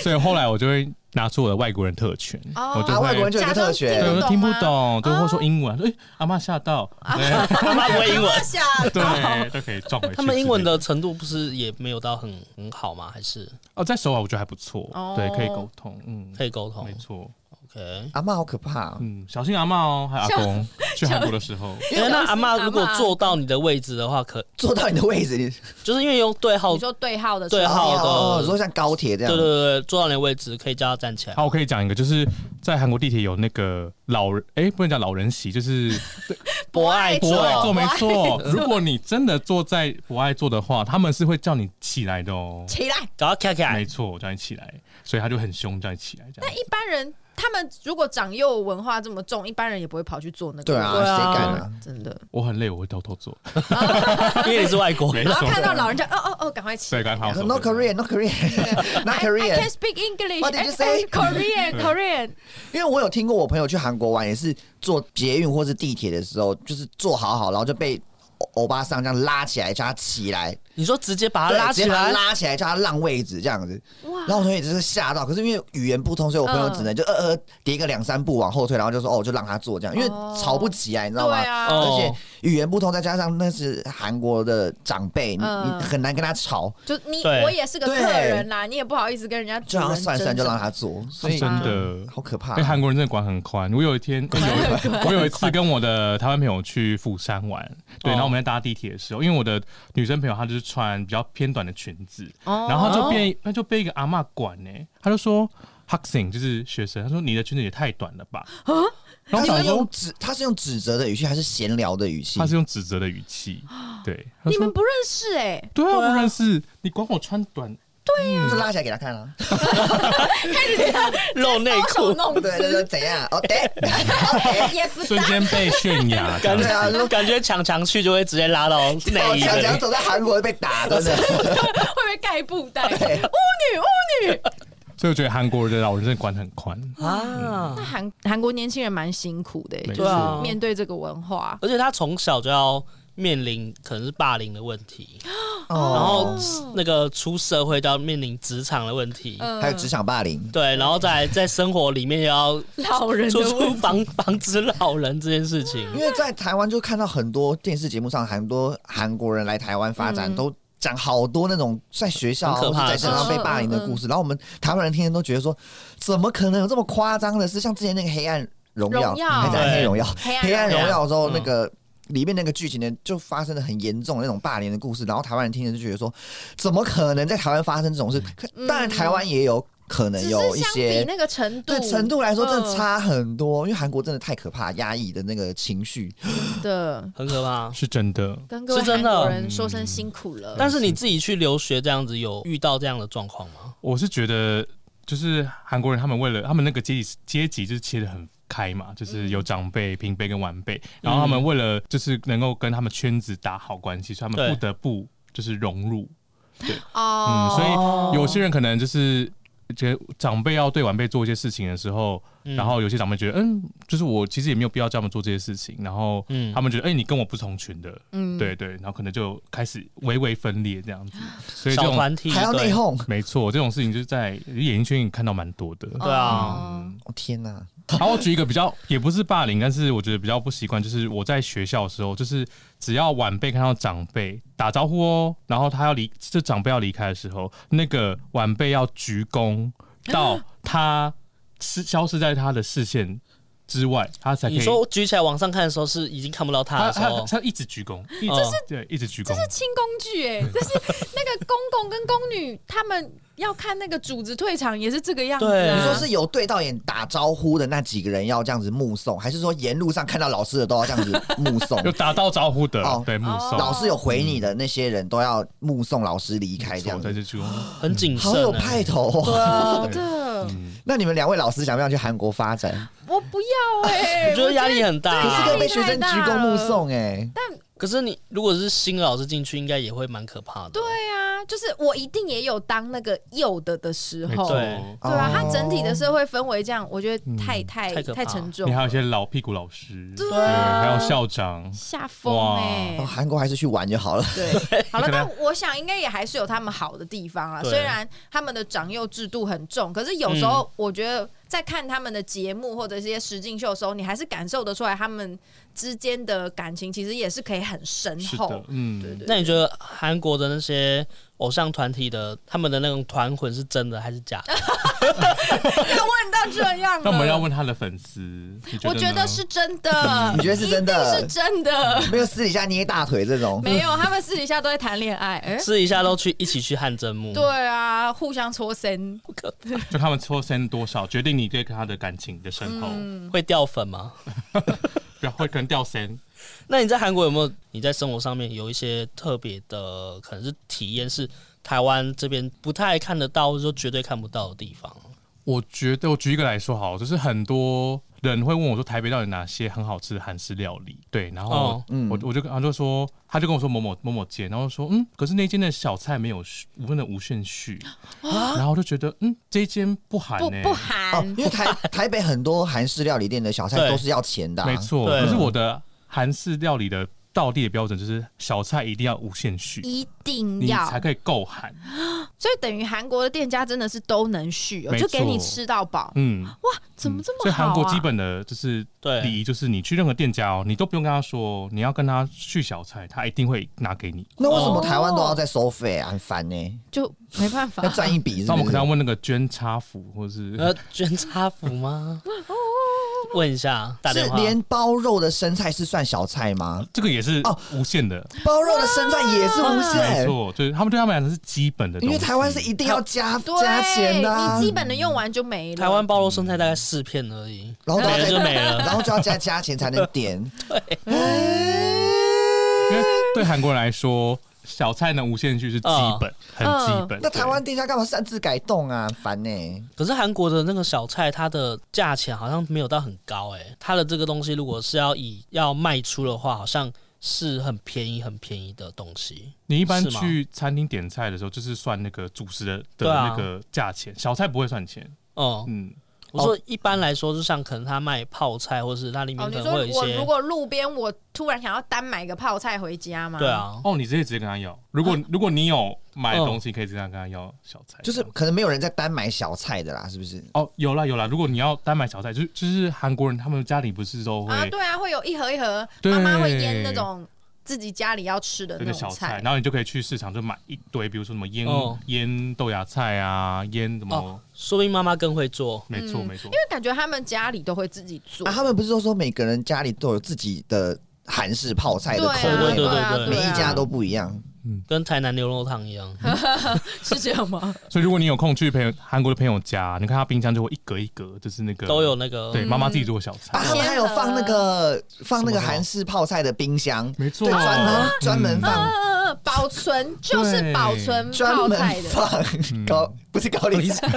所以后来我就会拿出我的外国人特权，
哦
我就
啊，
会
外国人就有一个特
假
对，
权
装，
我就听不
听不啊
懂，对，或说英文，哎、阿妈吓到，对
他们不会 英文，
想
对，都可以撞回去之类。
他们英文的程度不是也没有到很很好吗？还是
哦，在首尔我觉得还不错，
哦
对，可以沟通，嗯，
可以沟通
没错，
？OK。
阿嬷好可怕、哦。
嗯，小心阿嬷哦，还有阿公，去韩国的时候，
哎那阿
阿
嬷
嬷
如果坐到你的位置的话，可
坐到你的位置，你
就是因为用对号，
你
对
说对号的
对号好的
哦，你说像高铁这样，
对对，对坐到你的位置可以叫他站起来。
好，我可以讲一个，就是在韩国地铁有那个老人，哎、不能讲老人席，就是
博爱
博
博
座
爱
爱座，
博
没
爱
错。如果你真的坐在博爱座的话，他们是会叫你起来的哦。
起来。
搞到卡卡
没，错，叫你起来，所以他就很凶，叫你起来这样。
一般人他们如果长幼文化这么重，一般人也不会跑去做那个。
对啊，
对啊
谁敢啊？
真的。
我很累，我会偷偷做。
因为你是外国
没
人
错
然后看到老人家，哦哦哦，赶快起
对，
来。
刚才我说
No
的
Korean, no Korean, not
I, I can
Korean。
speak English.
What did you
I-
say?
I- Korean, Korean.
因为我有听过我朋友去韩国玩，也是坐捷运或是地铁的时候，就是坐好好，然后就被欧欧巴桑这样拉起来，叫他起来，
你说直接
啊
把他
对
拉
直
起
接把
来
他，拉起来，叫他让位置这样子。然后
哇，
我同学也就是吓到，可是因为语言不通，所以我朋友只能就呃呃叠个两三步往后退，然后就说哦，就让他坐这样，因为
哦
吵不起来，你知道
对
吗？
啊，
哦
而且语言不通，再加上那是韩国的长辈，你
嗯
你很难跟他吵，
就你
对
我也是个客人啦，你也不好意思跟人家主
就
人
让他算一算，就让
争
他坐，所
是
以嗯
真的。
好可怕啊
因为。韩国人真的管很宽。我有一天，我有一我有一次跟我的台湾朋友去釜山玩，对，
哦
然后我们在搭地铁的时候，因为我的女生朋友她就是穿比较偏短的裙子，
哦
然后她就被她就被一个阿嬷管呢、她就说 h u c k i n g 就是学生，她说你的裙子也太短了吧。然后
他
我想
是
说
用指，他是用指责的语气，还是闲聊的语气
她？是用指责的语气，对，她
你
说
们不认识哎、
对啊，不认识你管我穿短，嗯
就拉起来给他看啊！
露内
搔首
裤，
弄
对对对，
姿，
怎样？哦，对，
也不
瞬间被炫耀，
感
对啊
觉感觉强强去就会直接拉到
我
内衣
强
的
强哦走在韩国被打，真的。
会不会盖布袋？ 巫
对
女，巫女。
所以我觉得韩国人的老人真的管很宽，
啊
那。韩韩国年轻人蛮辛苦的、欸
没
就是
错
面对这个文化。
而且他从小就要面临可能是霸凌的问题，然后
哦，
那个出社会就要面临职场的问题，
嗯
还有职场霸凌，
对，然后再来在生活里面也要
老人的
做
问
出 防防止老人这件事情
因。为在台湾就看到很多电视节目上，很多韩国人来台湾发展
嗯
都。讲好多那种在学校啊
很可
或
怕
者
的
在
事
身上被霸凌的故事，然后我们台湾人天天都觉得说，怎么可能有这么夸张的事？像之前那个《黑暗荣耀
荣》，耀
还在《
对
黑暗荣耀》，
黑
《黑暗
暗
荣
荣
耀》的时候，
嗯
那个里面那个剧情呢，就发生了很严重的那种霸凌的故事，然后台湾人听着就觉得说，怎么可能在台湾发生这种事？可
嗯
当然，台湾也有可能
只
有
是
一
相比
些。
那个程度，
对程度来说，真的
嗯
差很多，因为韩国真的太可怕，压抑的那个情绪，
嗯的。
很可 怕，
是真的。
跟各位
是真
韩
的
国人说声辛苦了。
但是你自己去留学这样子，有遇到这样的状况吗？
我是觉得，就是韩国人他们为了他们那个阶级阶级就是切的很开嘛，就是有长辈、平辈跟晚辈，然后他们为了就是能够跟他们圈子打好关系，所以他们
对
不得不就是融入。嗯，
哦，
所以有些人可能就是。觉得长辈要对晚辈做一些事情的时候，
嗯
然后有些长辈觉得，嗯，就是我其实也没有必要叫他们做这些事情，然后
嗯
他们觉得，哎、你跟我不同群的，
嗯
对对，然后可能就开始微微分裂这样子，所以这
小
种
团体
还要内
对，
讧。
没错，这种事情就是在演艺圈也看到蛮多的。
对啊
哦
哦天哪，
好，我举一个比较，也不是霸凌，但是我觉得比较不习惯，就是我在学校的时候，就是只要晚辈看到长辈打招呼哦，然后他要离，这长辈要离开的时候，那个晚辈要鞠躬到
嗯
他是消失在他的视线之外，他才可以。
你说举起来往上看的时候，是已经看不到他嗯
他
的时
他
候，
他一直鞠躬，一直、对，一直鞠
这
躬？
是。清宫剧哎，这是那个公公跟宫女他们要看那个主子退场也是这个样子
对
啊。
你说是有对到眼打招呼的那几个人要这样子目送，还是说沿路上看到老师的都要这样子目送
有打到招呼的，
哦
对目送，
老师有回你的那些人都要目送老师离开，这样
错在
子，
哦
这鞠躬。
很谨慎
好有
欸。
派头哦。
真
对
的的，
那你们两位老师想不想去韩国发展？
我不要 哎、
我觉得压力很大、
我觉
可是会
得对啊
被学生鞠躬目送哎、
可是你如果是新老师进去，应该也会蛮可怕的。对
对啊，就是我一定也有当那个幼的的时
没
候，
错
对
对啊，
哦
它整体的社会氛围这样，我觉得太太
太可怕
太沉重
嗯你，还有一些老屁股老师，
对啊
还有校长，
下风
哇
哎、
哦韩国还是去玩就好了。
对，好了，
可能
但我想应该也还是有他们好的地方啊。
对
虽然他们的长幼制度很重，可是有时
嗯
候我觉得在看他们的节目或者是一些实境秀的时候，你还是感受得出来他们之间的感情其实也是可以很深
是的
厚，。
嗯，
对对
那你觉得韩国的那些偶像团体的他们的那种团魂是真的还是假的？
要问到这样，
那我们要，问他的粉丝，你
我
觉
觉
呢
得是真的，
你觉得是真
一
的
定是真 的。
没有私底下捏大腿这种，
没有，他们私底下都在谈恋爱。 哎、
试一下都去一起去汗蒸木。
对啊，互相搓身，
就他们抽身多少，决定你对他的感情的深厚，
嗯
会掉粉吗？
然后可能掉身。
那你在韩国有没有你在生活上面有一些特别的，可能是体验是台湾这边不太看得到，或者说绝对看不到的地方？
我觉得我举一个来说好，就是很多人会问我说台北到底哪些很好吃的韩式料理？对，然后
哦
我、我就跟他就说，他就跟我说某某某某间，然后说嗯，可是那间的小菜没有序无那无顺序，然后我就觉得嗯，这间不欸韩
啊不
呢、
不含、
哦，因为 台台北很多韩式料理店的小菜
对
都是要钱的啊、
没错，
对
可是我的韩式料理的道地的标准就是小菜一定要无限续，
一定
你
要
才可以够韩。
所以等于韩国的店家真的是都能续、哦，
没
就
错
给你吃到饱。
嗯，
哇，怎么这
所以
么好、啊
韩国基本的就是
对
礼仪，就是你去任何店家哦，你都不用跟他说你要跟他续小菜，他一定会拿给你。
那为什么台湾都要再收费啊？很烦呢、
就没办法
要赚一笔是
那我
不
们可
是
能要？问那个捐差服，或是
呃，捐差服 吗？问一下，打
是
电话。
连包肉的生菜是算小菜吗？
这个也是
哦
无限的，
包肉的生菜也是无
没
限，
错，就是他们对他们来讲是基本的东
因
西。
为台湾是一定要加加钱
对，
的、啊
你，基本的用完就没了。
台湾包肉生态大概四片而已，
然后大
没
家
了就
再
没了。
然后就要加加钱才能点。哎
因为对韩国人来说，小菜呢无限续是基本，很
嗯
基本。
那台湾
对
店家干嘛擅自改动啊？很烦呢、
可是韩国的那个小菜，它的价钱好像没有到很高诶、它的这个东西如果是要以要卖出的话，好像是很便宜、很便宜的东西。
你一般
是吗
去餐厅点菜的时候，就是算那个主食的的
对啊
那个价钱，小菜不会算钱。
哦、
嗯，
我说一般来说，就像可能他卖泡菜，或是它里
哦，
面
你
可能
说
会有一
我
些，
如果路边我突然想要单买个泡菜回家吗？
对，啊，
哦，你直接直接跟他要。嗯如果如果你有买东西，可以直接跟他要小菜。
就是可能没有人在单买小菜的啦，是不是？
哦，有啦有啦，如果你要单买小菜，就是就是韩国人他们家里不是都会
啊，对啊，会有一盒一盒，
对
妈妈会腌那种自己家里要吃的
这
那
个
种
小菜，然后你就可以去市场就买一堆，比如说什么腌、
哦
腌豆芽菜啊，腌什么，
哦说不定妈妈更会做。
没错没错，
因为感觉他们家里都会自己做。
啊，他们不是都说每个人家里都有自己的韩式泡菜
对
的
啊，
口
对
味
对
吗？
啊
对
每
对
一家都不一样。
跟台南牛肉汤一样，
嗯是这样吗？
所以如果你有空去朋友韩国的朋友家，你看他冰箱就会一格一格，就是那个
都有那个
嗯
对妈妈自己做的小菜，
啊，他们还有放那个放那个韩式泡菜的冰箱，
没错
对，专门
啊
专门
嗯
放
嗯嗯，保存就是保存 泡
专门
菜的，
放 高不是高丽菜，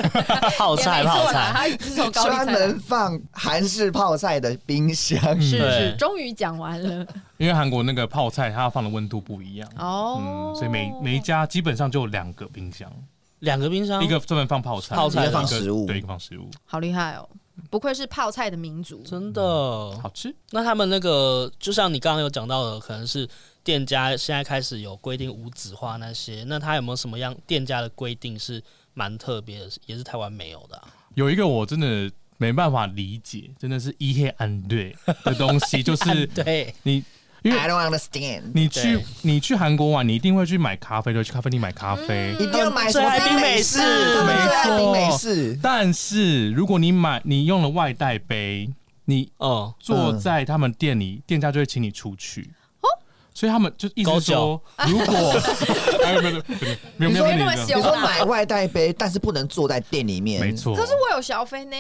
泡
也
菜
没
泡
错啦，
菜。
他自从高丽菜
专
来
门放韩式泡菜的冰箱。
是是
对，
终于讲完了
嗯因为韩国那个泡菜它放的温度不一样。
哦、
嗯，所以每每一家基本上就有两个冰箱，
两个冰箱，
一个专门放泡菜，
嗯泡菜
一个
放食物
对，一个放食物，
好厉害哦，不愧是泡菜的民族。
真的
好吃。
那他们那个，就像你刚刚有讲到的，可能是店家现在开始有规定无纸化那些，那他有没有什么样店家的规定是蛮特别的，也是台湾没有的啊、
有一个我真的没办法理解，真的是一黑暗对的东西， 就是
对，
你因为
I don't understand，
你去
对
你去韩国玩，你一定会去买咖啡，就去咖啡厅买咖啡。
一定要买什么冰美式，
他
他
们
们最爱冰美
没错
式。
但是如果你买你用了外带杯，你
哦、
坐在他们店里，店家就会请你出去。所以他们就一直说，如果哎，没有没有没有没有没有没有
你说那么
没有
凶
你说买外带杯，但是不能坐在店里面，
没。错，
可是我有小费呢，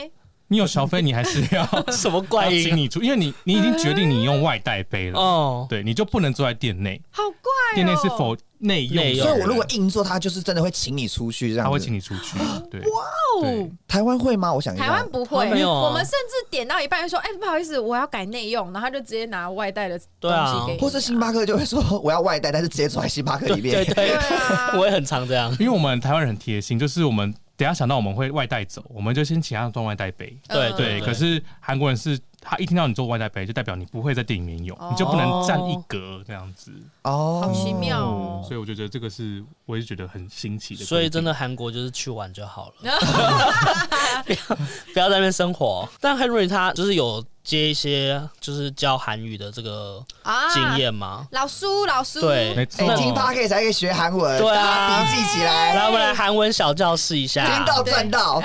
你有小费，你还是要
什么怪
要请
音？
你出，因为你你已经决定你用外带杯了，
哦，
对，你就不能坐在店内，
好怪哦。
店内是否内用的
内
人？
用
所以我如果硬做，他就是真的会请你出去这样子。
他会请你出去，对，
哦
对，
台湾会吗？我想一下
台湾不
台
会
湾没，有啊
我们甚至点到一半就说：“哎、不好意思，我要改内用。”然后他就直接拿外带的东
对啊
西给你。
或是星巴克就会说我要外带，但是直接坐在星巴克里面
对。对，
啊
我也很常这样。
因为我们台湾人很贴心，就是我们等一下想到我们会外带走，我们就先请他端外带杯。
对
嗯
对，可是韩国人是他一听到你做外带杯，就代表你不会在店里面用，
哦
你就不能占一格这样子。
哦，
好奇妙哦
所以我就觉得这个是，我也觉得很新奇的。
所以真的，韩国就是去玩就好了， 不要在那边生活。但 Henry 他就是有接一些就是教韩语的这个
啊
经验吗？
老苏，老苏，
对
没错
哎，，听 p o d c a 才可以学韩文，
对
大
啊
家笔记起来，
来，我们来韩文小教室一下。
听到赚到。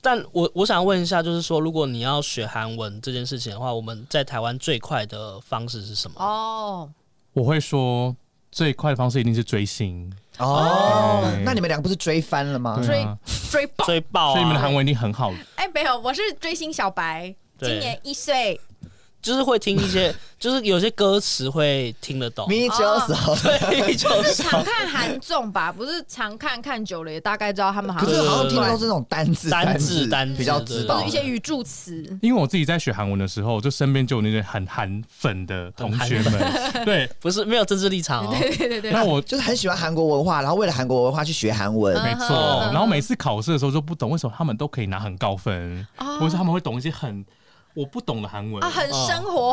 但我我想问一下，就是说，如果你要学韩文这件事情的话，我们在台湾最快的方式是什么？
哦，
我会说最快的方式一定是追星，
哦
嗯
对，
那你们俩不是追翻了吗？
对
追
啊，
追爆！
最爆、啊！
所以你们的韩文一定很好。
哎、没有，我是追星小白，
对
今年一岁，
就是会听一些，就是有些歌词会听得 懂。
迷酒手，
哦
对，就
就是
是
常看韩综吧，不是常看看久了也大概知道他们好
可
像
是
对
好像听的都是那种单 字、
单字
字、
单字
比较知
都
道
是一。些语助词。
因为我自己在学韩文的时候，就身边就有那些很韩粉的同学们，对，
不是没有政治立场哦。
对对对啊对，
那我
就是很喜欢韩国文化，然后为了韩国文化去学韩文。
没错
嗯，
然后每次考试的时候就不懂为什么他们都可以拿很高分，
哦
或者是他们会懂一些很我不懂的韩文
啊，，很生活化、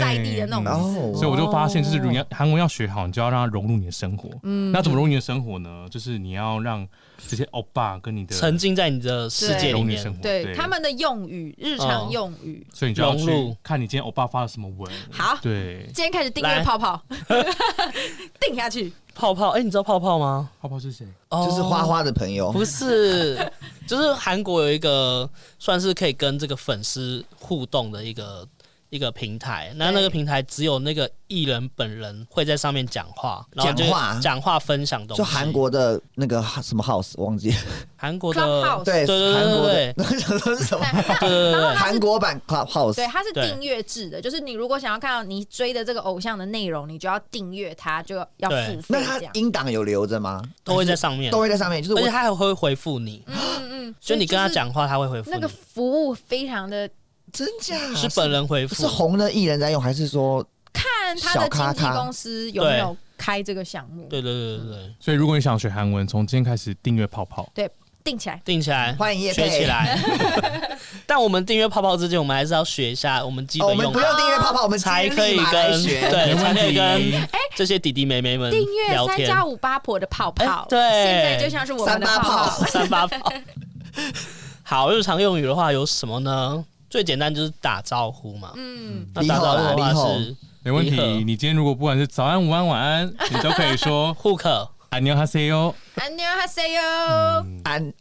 很在地的那
然
种。
后
所以我就发现，就是
哦
如果你要韩文要学好，你就要让它融入你的生活。嗯，那怎么融入你的生活呢？就是你要让这些欧巴跟你的
沉浸在你的世界里
融入你的生
面。
活，
对他。们的用语，日常用语。
哦
所以你就要
融入
去看你今天欧巴发了什么文。
好
对，
今天开始订阅
来
泡泡， 定下去。
泡泡，哎、你知道泡泡吗？
泡泡是谁？
哦
就是花，花的朋友，
不 是，就是韩国有一个算是可以跟这个粉丝互动的一个一个平台。那那个平台只有那个艺人本人会在上面讲话，然后就
讲话
讲话分享东西。
就韩国的那个什么 house 忘记了，
韩国的
Clubhouse
对
对对
韩国
对
的，那想说是 什么？
对对对对，
韩国版 club
对，
house，
它是
对
订阅制的，就是你如果想要看到你追的这个偶像的内容，你就要订阅它，就要
对
付费
那
这
他
样。
音档有留着吗？
都会在上面
都，会在上面，就是
而且
我
他还会回复你，
嗯嗯，
就你跟他
所以
讲话，他会回
就
复
是那个
你，
服务非常的
真假
是本人回复，
是红的艺人在用，还是说
看他
小
的
咖
经纪
咖
公司有没有开这个项目，
对对对对对，
所以如果你想学韩文，从今天开始订阅泡泡。
定起来。
定起来，
欢迎叶
学
佩
起？来。 但我们订阅泡泡之前，我们还是要学一下我们基
哦我
本
们
用
不用订阅泡泡，我们
才
直
可
接
以
立马来
跟
学
对，
没
才
问
可以
题
跟这些弟弟妹妹们
哎订
嗯
阅
聊
三
天。
加五八婆的泡泡
哎，对
现在就像是我们的
三八
泡
泡
泡，
三八炮。好，日常用语的话有什么呢？最简单就是打招呼嘛。
嗯，
那打招呼的
你好
话
啦
是
没问题
你好，
你今天如果不管是早安、午安、晚安，你都可以说
户口，
안녕하세요。
안녕하세요，
嗯
安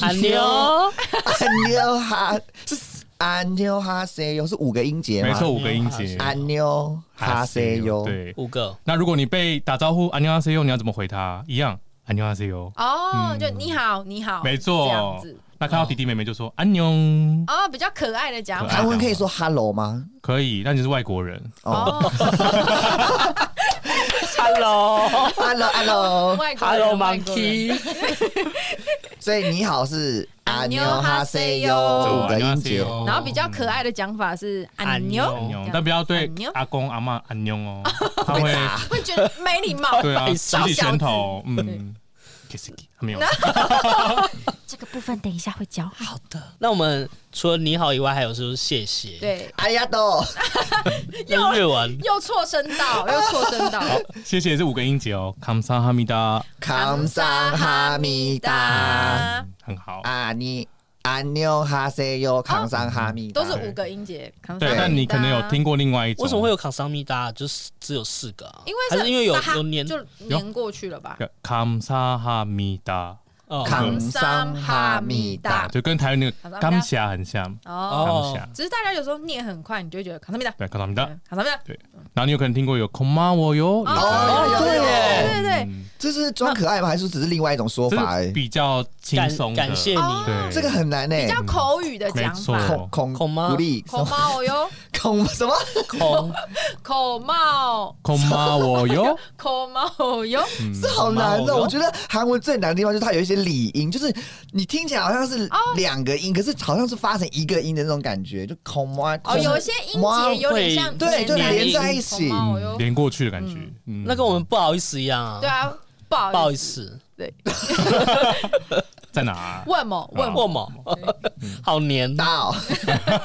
安妞，
安妞哈是安妞哈塞哟，是五个音节吗？
没错，，五个音节。
安妞哈塞哟，
对，
五个。
那如果你被打招呼안녕하세요，你要怎么回他？一样안녕하세요。
哦，就你好，你好，
没
这样
错
子，。
那看到弟弟妹妹就说안녕，
哦，比较可爱的讲
可爱
法
韩文可以说 hello 吗？
可以，那你是外国人。
哦
哦
Hello，Hello
，hello hello，
外国人外哎国人
Monkey。
所以你好是安妞哈塞哟，哎
哦
这
走
五个音节。
안녕하세요
然后比较可爱的讲法是安妞，
안녕
안녕
但不要对
안녕
阿公阿妈안 녕哦，他会
会打
会觉得没礼貌。
对啊，
被
举
烧
起
小
拳
子
头，
对
嗯，kiss kiss，没有，
这个部分等一下会教。
好的，那我们除了你好以外，还有就是谢谢，，
对，
哎呀都，
日文。
又错声道，又错声道。
谢谢这五个音节哦，감사합니다，
康桑哈密达，
啊
很好。
啊你安妞哈塞哟，康桑哈密达
哦都是五个音节。
对，
对
但你可能有，听过另外一种，
为什么会有康桑密达？就是只有四个啊？
因
还
为
是因为有有年
年就粘过去了吧？
감사합니다，
哦
康桑哈密达。
就跟台湾那个
감사합니다
감사很像，
哦，
哦
감사，
只是大家有时候念很快，你就会觉得卡萨米达，
对，감사합니다。
卡萨米达。
然后你有可能听过有 “koma 我哟”，
哦
哦，
对
对
耶
耶，
对对对，
这是装可爱吗？还是只是另外一种说
这
法？
是
哎，
比较轻
感
松的，
感谢你，
哦
对
这个很难欸呢
比。较口语的讲
没
法
错，
孔孔
孔吗
鼓励
口猫哟，
孔什么？
空
口猫，
恐怕我哟，
口猫哟，
嗯
这好难
孔猫哟
哦！我觉得韩文最难的地方就是它有一些理音，就是你听起来好像是两个音，可是好像是发成一个音的那种感觉，就孔嘛。
哦，
孔
有一些音节有点像
对，就
连
连
在
在一起。
孔猫哟
嗯，连过去的感觉，嗯
那跟我们不好意思一样啊。
对啊，不
不
好
好
意
意
思，
思，
对，
在哪啊？
问某问嗯某，
我嘛， 好黏，啊大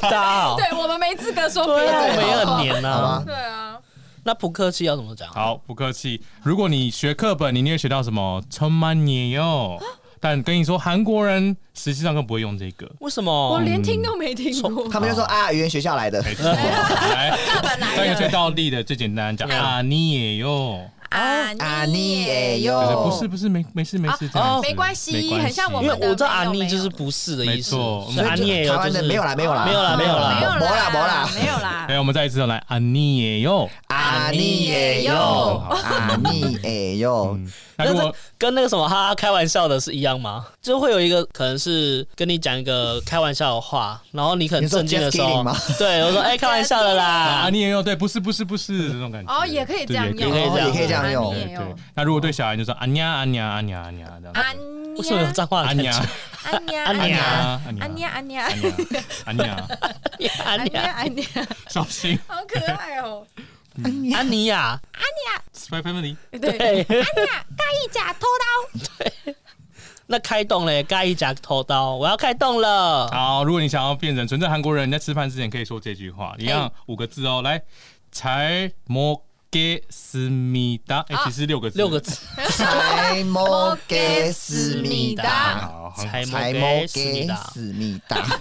到
家哦，
对我们没资格说别
对啊，我
人，
们也很黏
好
啊
吧。
对啊，
那扑克器要怎么讲？
好，不客气。如果你学课本，你一定会学到什么“充满你哟”，但跟你说，韩国人实际上更不会用这个。
为什
我
么？
连听都没听过，
他们就说啊，语言学校来的，
没错，来，
课本来
再一个 最
的
道地的、最简单讲啊，你也哟，
啊
就是
哦
不是不是没没事没事这
哦
样子，
没关系很像我
因为
们
我知道
没
阿
有没
妮
有
就是不是的意思，
没错
所以阿妮也有
台湾
哎就
的
是
没有啦，没有啦，
没啊有啦没有啦
没有
没啦，没有啦
啦，，没有啦
没，有，我们再一次来啊，你也哟。
啊你也有，
哦
啊你也有，
嗯那
那
如
这
果
跟那个什么哈哈开玩笑的是一样吗？就会有一个可能是跟你讲一个开玩笑的话，然后你可能
你说
震惊的时
just
候
kidding 吗，
对 我说哎、开玩笑的
啊，
啦，
你也有对，不是不是不是这种感觉。
哦，也可以这样用，
也可以这样
用
也
对
有
对。那如果对小孩就说啊呀啊呀啊呀啊呀这样子。
安
为什么有脏话的
啊
感
呀
觉？
安呀
安
安
呀
呀
啊呀
安呀安呀
啊呀啊呀，
安
哎
妮啊
啊
安呀
亚，
安呀，
小心
好可爱 哦！
安妮啊亚，
，Spy Family。
对，啊
对，
一甲偷刀，
那开动嘞，盖一夹头刀，我要开动了。
好，如果你想要变成纯正韩国人，你在吃饭之前可以说这句话，一样五个字哦。来，잘먹겠습니다。哎，其实六个字，
六个。字，
才莫给思密达，
好，很
才
才
莫
莫
给思密
给
达，
思密达。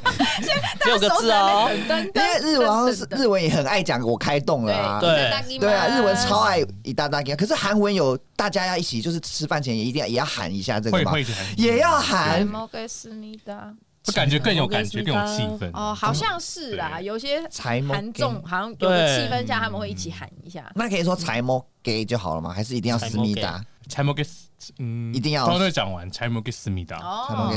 六个字哦。
噔
因为日文好像是日文也很爱讲我开动了啊，
对
对啊，日文超爱一大大给，可是韩文有大家要一起，就是吃饭前也一定要也要喊一下这个
会
嘛，
会很
也要
爱
喊
猫给思密达。
会感觉更有感觉，更有气氛。
哦，好像是啦，
对
有些
才莫
韩
给，
综好像有个气氛下，他们会一起喊一下。
那可以说才莫给就好了吗？还是一定要思密达？
잘먹겠，嗯，
一定要
刚刚讲完잘먹겠습니다。
嗯
哦，才莫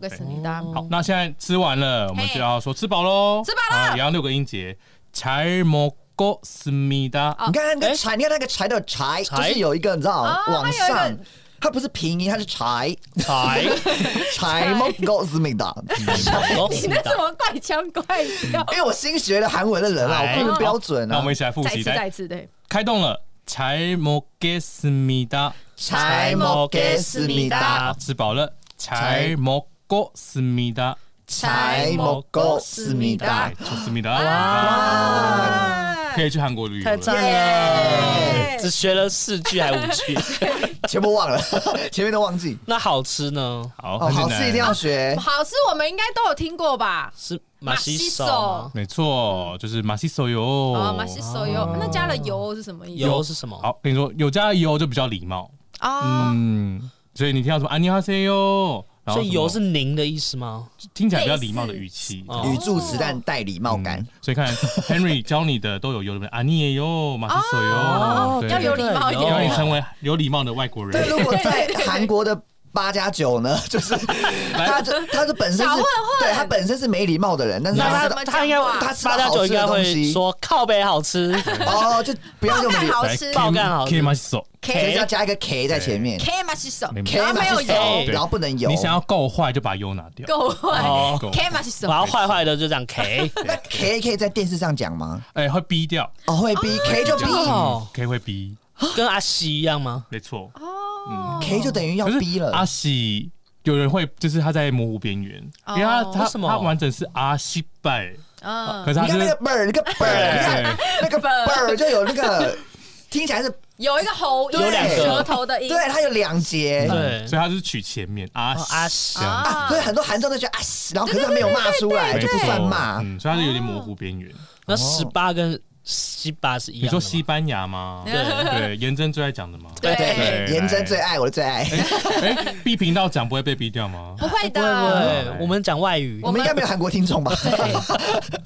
给思密达。
好，那现在吃完了，我们就要说吃饱喽，
네。吃饱了
啊一样六个音节，잘먹겠습니다。
你看那个柴，你看那个柴的柴，就
柴
是有一个你知道往
哦它有一
上
个，
它不是平音，它是 柴
才，
柴莫给思密达。
哦
你那什么怪腔怪 调？
因为我新学的韩文的人啊，
柴
我不标准
那我
啊
们一。起来复
再
习，
次，再
来
次，对，
开动了，잘먹겠습니다。
柴莫给思密达，
啊，吃饱了，잘먹겠습니다。
柴莫给思密达
哎，。좋습니다。哇，可以去韩国旅游
太
了。
赞啊
耶
了！只学了四句还五句，
全部忘了， 前面都忘记。
那好吃呢？
好，
哦，
很
好
简
吃
单
一定要学。
好吃我们应该都有听过吧？
是马西手
马
吗？
没错，就是马西手油。
哦，马西手油，那加了油是什么意思？
油是什么？
好，跟你说，有加油就比较礼貌。
哦，
嗯，所以你听到什么안녕하세요，然后
所以油
什
是您的意思吗？
么听起来比较礼貌的语气。
哦
语助词但带礼貌感
嗯。所以看 Henry 教你的都有油的，啊你也有马西手
哦
油，哦对
哦要有礼貌一
对对
让你
对
点。
成为有礼貌的外
네,
国
但
人。
如果在韩国的八加九呢， 就是他就他就本身
小
是
混
对他本身是没礼貌的人，但是
那他
他知道
他应该
他吃到
八加
好
九
吃
应
的
该
东
会
西
说 靠北好吃，
哦，就不要用
爆干
礼，
好
来
吃
K-
爆干好吃
K 马西手，
可以
K
要加一个 K 在前面
K 马西手，
没
，K
然后没有
嘛是手
油，
K
然后哎不能有。
哎你想要够坏就把油拿掉。嗯
够坏。
哦，
够
K 马西手
然，后坏坏的就讲 K
那 K 可以在电视上讲吗？
哎，会逼掉嗯
哦，会 B K 就 B
哦，
，K 会逼，
跟阿西一样吗？
没错。
哦
K 就等于要
可是
B
阿
了。
喜有人会就是他在模糊边缘，因为他
哦
他
为什么
他完整是阿西拜，
嗯
可是他
你看
就
那
是哎
个 bird，那个 bird，你看
对
那个 bird 就有那 个听起来是，
有一个喉，
有两个
舌头的音，
对，它有两节。
对
所以他就是取前面阿
哦阿喜
아.
这样子。
啊，所以很多韩综都觉得啊，然后可是他没有骂出来，就
没
不
错
啊算骂。
嗯，所以他就有点模糊边缘。
那十八跟西八是一
你
样的
说
吗。
西班牙吗？
对
对，颜真最爱讲的吗？
对
对
颜真最爱我的最爱，
哎，B 频道讲不会被逼掉吗？
不会
不会不
的，
会，我们讲外语
我，们应该没有韩国听众吧？
所以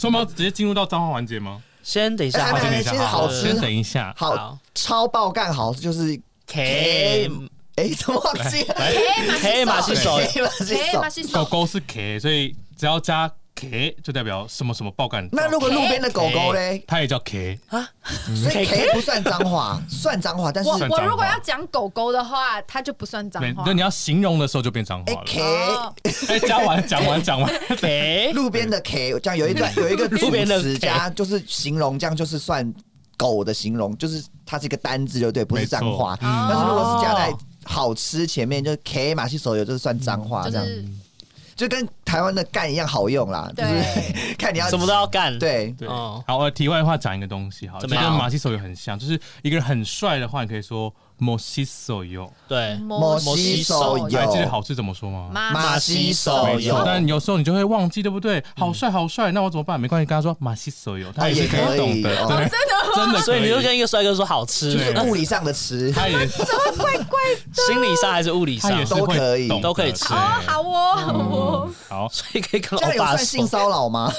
我们要直接进入到脏话环节吗？
先等一下
哎
好
还
了
没。
先等
先
一下，
好
好，
吃
先等一下。
好
好，
超爆干好就是
K
哎，怎么忘记了？
K 马 西手
哎，马西
哎，
手
马。西
狗
手，
狗是 K，所以只要加 K 就代表什么什么爆感。
那如果哎路边的狗狗嘞，
它也叫 K，
啊，
所
K-
以 K 不算脏话，
嗯
算脏话，但是
我
算
我
脏
如果
话
要讲狗狗的话，它就不算脏
对，
话
那。你要形容的时候就变脏话
哎
了。
K
哦
哎，加完讲完讲完，
K
路边的 K，这样有一
嗯
段有一 个
路
助
边的
词
K
加就是形容，这样就是算狗的形容，就是它是一个单字，就对，不是脏话。
没错嗯
但是如果是加在好吃前面，就是 K 马戏手游就是算脏话，
嗯
就
这样
是
就跟台湾的干一样好用啦，就
对，
是 看你要
什么都要干，，
对。
对，
哦
好，我题外话讲一个东西，好了，
怎
就
么
跟
样
马西手游很像，就是一个人很帅的话，你可以说 m 西手游。
对，
嗯
摩
西
西
手
手
你还记得
游，
好吃怎么说吗？
马
马西
手
手
没错
游，
游，
但有时候你就会忘记，对不对？好帅，好帅，那我怎么办？没关系，跟他说马西手游，他
啊
也是
也可
以
以
懂的，
哦
对，真的可，
所以你就跟一个帅哥说好吃
就，是
对
物理上的词，
他也是
心理上还是物理
他
上
也是
都
会
可以
懂的
都可以吃
哦，好哦，好哦，
好，
所以可以跟
这样
欧
有
巴
算性
说
骚扰吗？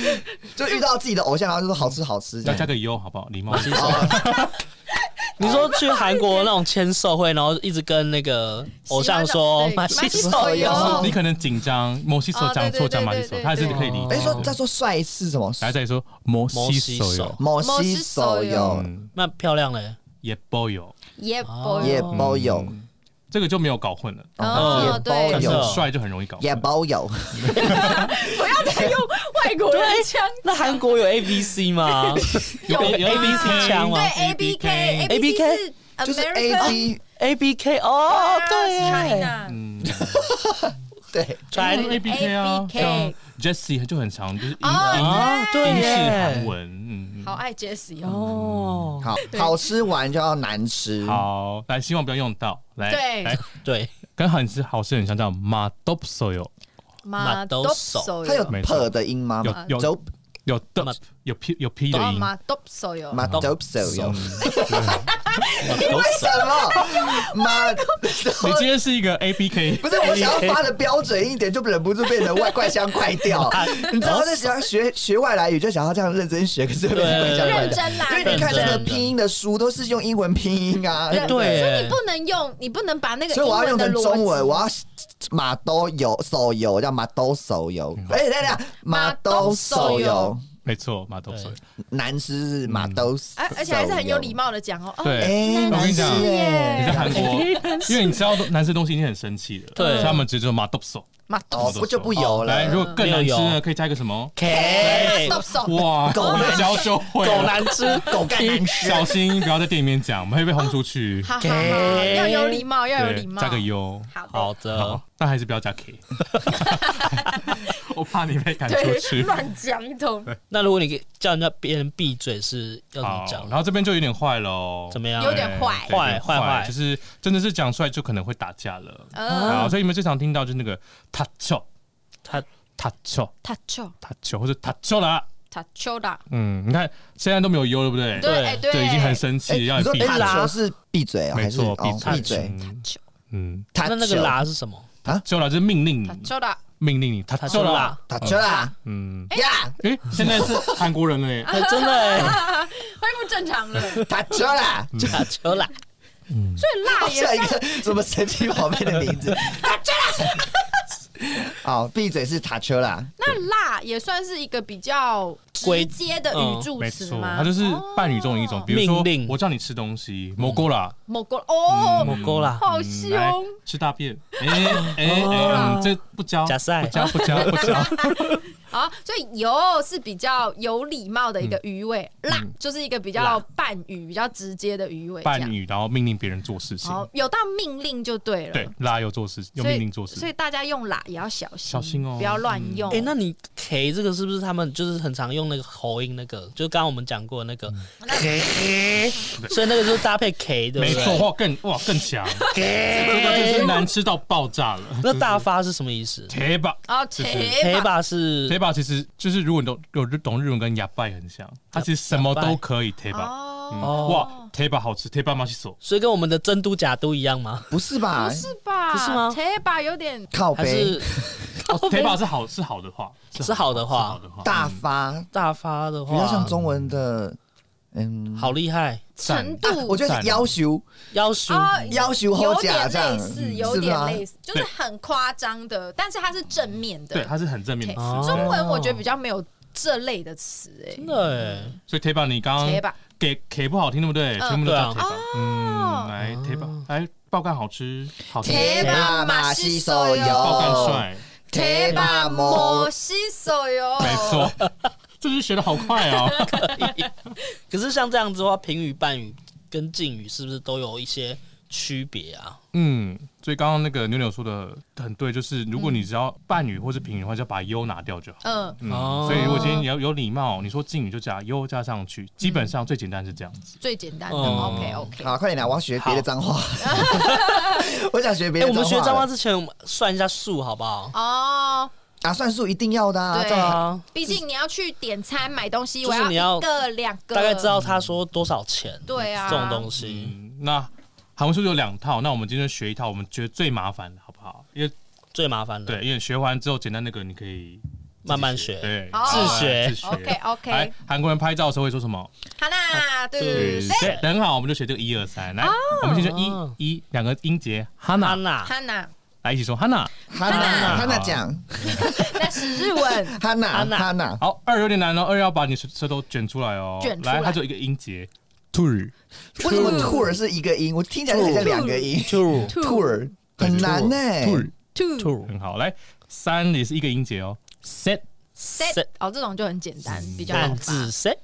就遇到自己的偶像，然后就说好吃好吃，这哦
要
样
加个 U 好不好？礼貌。
你说去韩国那种签售会，然后一直跟那个偶像说
喜
马
欢的
西
对
手
马西手
游
游，
哦你可能紧张，摩西手讲错，讲马西手，他还是可以理解。
哎，说再说帅是什么？
然后再说摩西手游，
摩西手游
嗯，
那漂亮嘞，
也包有，
也
哦
也
嗯
包有，
这个就没有搞混了。
哦
也，包
对
但，是
有
帅就很容易搞混。
也包有，
不要再 用外国人腔，
那韩国有 A B C 吗？有有 A B C
네,
枪吗
对，A 아, B K A B 아,
ABK
K 是
就是
American
A D
？A B K 哦，
啊
对耶，
China，
嗯，
对，
传
A B K 啊
ABK
像 Jessie 就很常就是英
아,
英
哦，对
英式韩
耶，
文，嗯，嗯
好爱 Jessie 哦。
哦，
好好吃完就要难吃，
嗯好，来，希望不要用到，来，
对
来，
对，
跟很吃好吃很像，叫马 d o p s o 有
马兜手
手
它有
没错
per 的音吗？
有有
走
有
马
dop 有 p 有 p 的
哦，
音，
马兜手
啊
有，
马走手游，
嗯
兜手
什么？马
你今天是一个 A B K，
不是我想要发的标准一点，就忍不住变成外怪腔怪调。你知道，在想要学学外来语，就想要这样认真学，可是又变成怪腔怪
认
调。
真啦，
因为你看那个拼音的书都是用英文拼音啊，
哎，对
所以你
耶，
不能用，你不能把那个
所以我要
英
用
的
成
逻辑
中文，我要马兜游手游叫马兜手游，哎，等一下等一下，马兜手游
没错，马 d o p s o
对
y
男师是马兜手游
嗯而，而且还是很有礼貌的讲哦，哦，
对，
哎，
我跟你讲
男士耶
你在韩国，因为你知道男生东西已经很生气了，
对
所以他们直接说马 d o p s o
马
哦
兜
不就不油
来，如
了，
果更难吃
没有
呢，
油
可以加一个什么？
네.
K
兜手，
哇，
狗难
教就会啊了
狗难吃，
狗干男士，
小心不要在店里面讲，我们会被轰出去。
好好好，要有礼貌，要有
对
礼，貌，
加个 U。
好
好
的，
的
好，，但还是不要加 K，我怕你被赶出
对，
去。
乱讲一通，
那如果你叫人家别人闭嘴是要怎么
好，
讲
然？后这边就有点坏喽，
怎么样？
有点坏
对
坏
有点
坏坏
就是真的是讲出来就可能会打架了。
嗯，
好，所以你们最常听到就是那个 touch
他
touch
他球
touch 或者 touch 啦，
他球的，
嗯，你看现在都没有 U 对不对？
对，哎对，
已经很生气，要
你
你
说
闭
哎
嘴，
球是闭嘴哦，
没
还是
错，
哦
闭嘴，
闭嘴？
嗯
球，
嗯，
他
那那个啦是什 么？
就啦，就是命令你
他，球的，
命令你，他
他
就
就
啦
啦，
打球啦
嗯，
啊呀，
诶，现在是韩国人 了
啊
耶，
哎真的哎，
恢复正 常了，所
打球啦，
打球 啦，
以辣
好
也
像一个什么神奇宝贝的名字，打球啦。啊好，闭嘴是塔丘啦，
那辣也算是一个比较直接的语助
嗯没
词
错，
吗？哦
它就是伴侣中的一种，比如说
命令嗯
我叫你吃东西，蘑菇啦，
某个哦，
我勾啦，
好
嗯
凶，哦
来吃大便，哎哎哎，嗯这不教，
假赛
不教不教 不教，
啊，所以油是比较有礼貌的一个鱼尾，
嗯
辣就是一个比较伴语、比较直接的鱼尾，这
伴
样。
侣然后命令别人做事情，
好，有到命令就对了。
对，拉又做事，又
所以
命令做
所
事，
以大家用啦也要小心，
小心哦
不要乱用。
哎、那你 K 这个是不是他们就是很常用那个喉音那个？就刚刚我们讲过那
嗯
个 K，所以那个就是搭配 K 对
没
不对？
错，哇更哇更 强，
哎
这个就是难吃到爆炸了。
那大发是什么意思
铁吧，
啊，
是
？K
切吧，
吧
铁
是
吧其实就是如果你懂有懂日文跟哑拜很像，它其实什么都可以铁吧。嗯
哦，
哇，铁吧好吃，铁吧马西手，
所以跟我们的真都假都一样吗？
不是吧
不？是吧？
哦不是吗
切吧，有点
靠
还
背
是
铁哦吧是好是好的话，
是好的话
是好的话，嗯
大发，
大发的
比较
话
像中文的，嗯，啊
好厉害？
程
赞
度，
我觉得是要求
要求
啊
哦
要求后
有
假
点
这样，
类似，
嗯
有
是
点
吧？
类似，就是很夸张的，但是它是正面的。
对，它是很正面的
对
词。
哦
中文我觉得比较没有这类的词，哎，
真的哎，
所以贴吧，你刚
切
刚
吧，
给给不好听，对不对？
嗯
全部都叫
对
贴吧。嗯，
哦
哦
来贴吧，来爆干好吃，好吃，
贴吧
爆干帅，
切吧，摩西手哟，
没错， 这是学的好快 哦。
可是像这样子的话，平语、半语跟敬语是不是都有一些区别啊？
嗯，所以刚刚那个牛牛说的很对，就是如果你只要半语或是平语的话，就要把 u 拿掉就好。
嗯，
嗯，
哦
所以如果今天你要有礼貌，你说敬语就加 u 加上去，基本上最简单是这样子。
最简单的
哦
，OK OK，
好，快点来，我要学别的脏话，我想学别
哎、
的
我
脏话了。
们学脏话之前，我们算一下数好不好？
哦，
啊，算数一定要的啊，
对
这样
啊，
毕竟你要去点餐买东西，
就
我
是你
一
要
个两个，
大概知道他说多少钱，
对啊
这种东西
嗯，那韩文书有两套，那我们今天学一套，我们觉得最麻烦的好不好？因为
最麻烦的，
对，因为学完之后简单那个你可以自己
慢慢学
对，
哦
自学
自学。
OK
来
OK，，
韩国人拍照的时候会说什么？
好啦，对
啊对
对，
对
很好，我们就学这个一二三。来，我们先说
哦
一一两个音节
安
，Hana，
娜，
汉娜，
来一起说 Hana。
哈娜，
Hannah
哈娜讲，
那是日 文，
哈娜，
Hannah
哈娜，
好，二有点难哦，二要把你舌舌头卷出来哦。
卷出来
来，它就一个音节，tour。
为什么 tour 是一个音？我听起来很像两个音
two
，tour 很难欸呢。
tour
two
two
很好。来，三也是一个音节哦，set。
set，哦，这种就很简单，比较好嗯
暗
发
字 set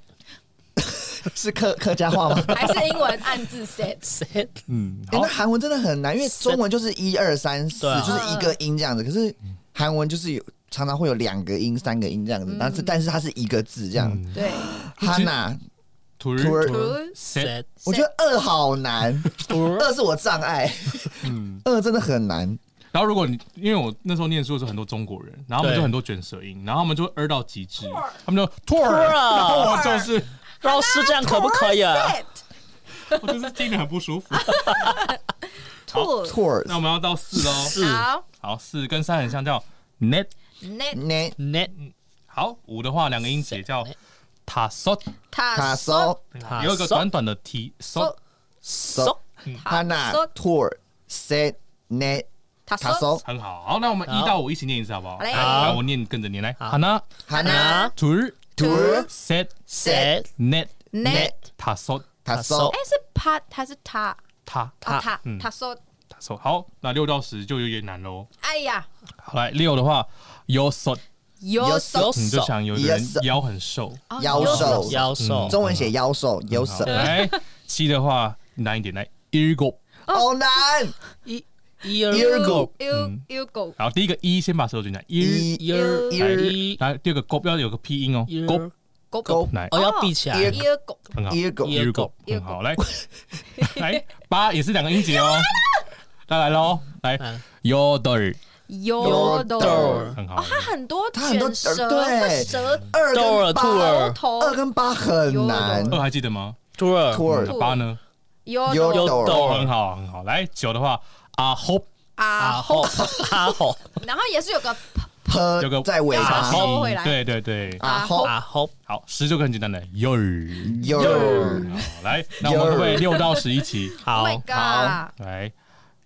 是客客家话 吗？
还是英文暗字 set，
set，
嗯，
哎
好
那，韩文真的很难，因为中文就是一二三四，
对啊
就是一个音这样子。可是
嗯
韩文就是有常常会有两个音、三个音这样子，但是但是它是一个字这样。
嗯
对
哈娜，
，tour
Tour
，two
set。
set
我觉得二好难，二是我障碍，
嗯，
二真的很难。
然后如果你因为我那时候念书的时候很多中国人，然后我们
对
就很多卷舌音，然后我们就会 r 到极致，他们就 tour，
Tour
然后我就是
老师这样可不可以啊？
set
我就是听着很不舒服。
two，
tour
那我们要到四喽，
四
好
好，四跟三很像，叫 net。
，net
呢
net
好，五的话两个音节叫 t a s o t
塔
卡
索
搜
有一个短短的 t s o
so
so
嗯
哈娜 tour set 呢
塔
卡
索
搜
很好。好，那我们一
好
到五一起念一次好不好？
好嘞
来来我念跟着念来
好
，hana
哈娜
啊
tur
tour
set
set
net
net，
t a s o
卡搜
哎是 part 还是塔
ta
哦
塔
塔
嗯
塔索？
t a s o 好，那六到十就有点难喽。
哎呀，
好，来六的话 yo so，
有手
有
你就
手
想有一个人
Yes
腰很瘦。
아,
腰手
腰手
哎
嗯
中文写妖兽有
好
手，
来七的话难一点，来 irgo。
好难。
一 ear
ear
go
go
u u go
好，第一个一先把舌头卷起来，ir，
一
ear
ear
ear
来第二个 go 要有个 p 音哦
ear
，go
go go
go
来
哦
어,
要闭起来
ear
u go
很好。
ear go
ear
一
Ear
狗
go，
很好，来来八也是两个音节哦，再来喽，来
嗯
y 的 d
有
Yodel
哦，
很好，
它很多
它很多
卷舌，
对
会舌
二跟
tour
八，
tour
头头
二跟八很难。
二还记得吗？
tour
tour
八呢？
有
Yodel
有
Tour
哦，很好，很好。来九的话，啊 hope
啊
啊，
吼啊吼
然后也是有个
有个
和在呃尾
啊
巴，
收回来
对对对，
啊
吼
吼
啊吼
好，十就很简单了 y
有
嗯好，来，那我们会不会六到十一起？
好
my god，
来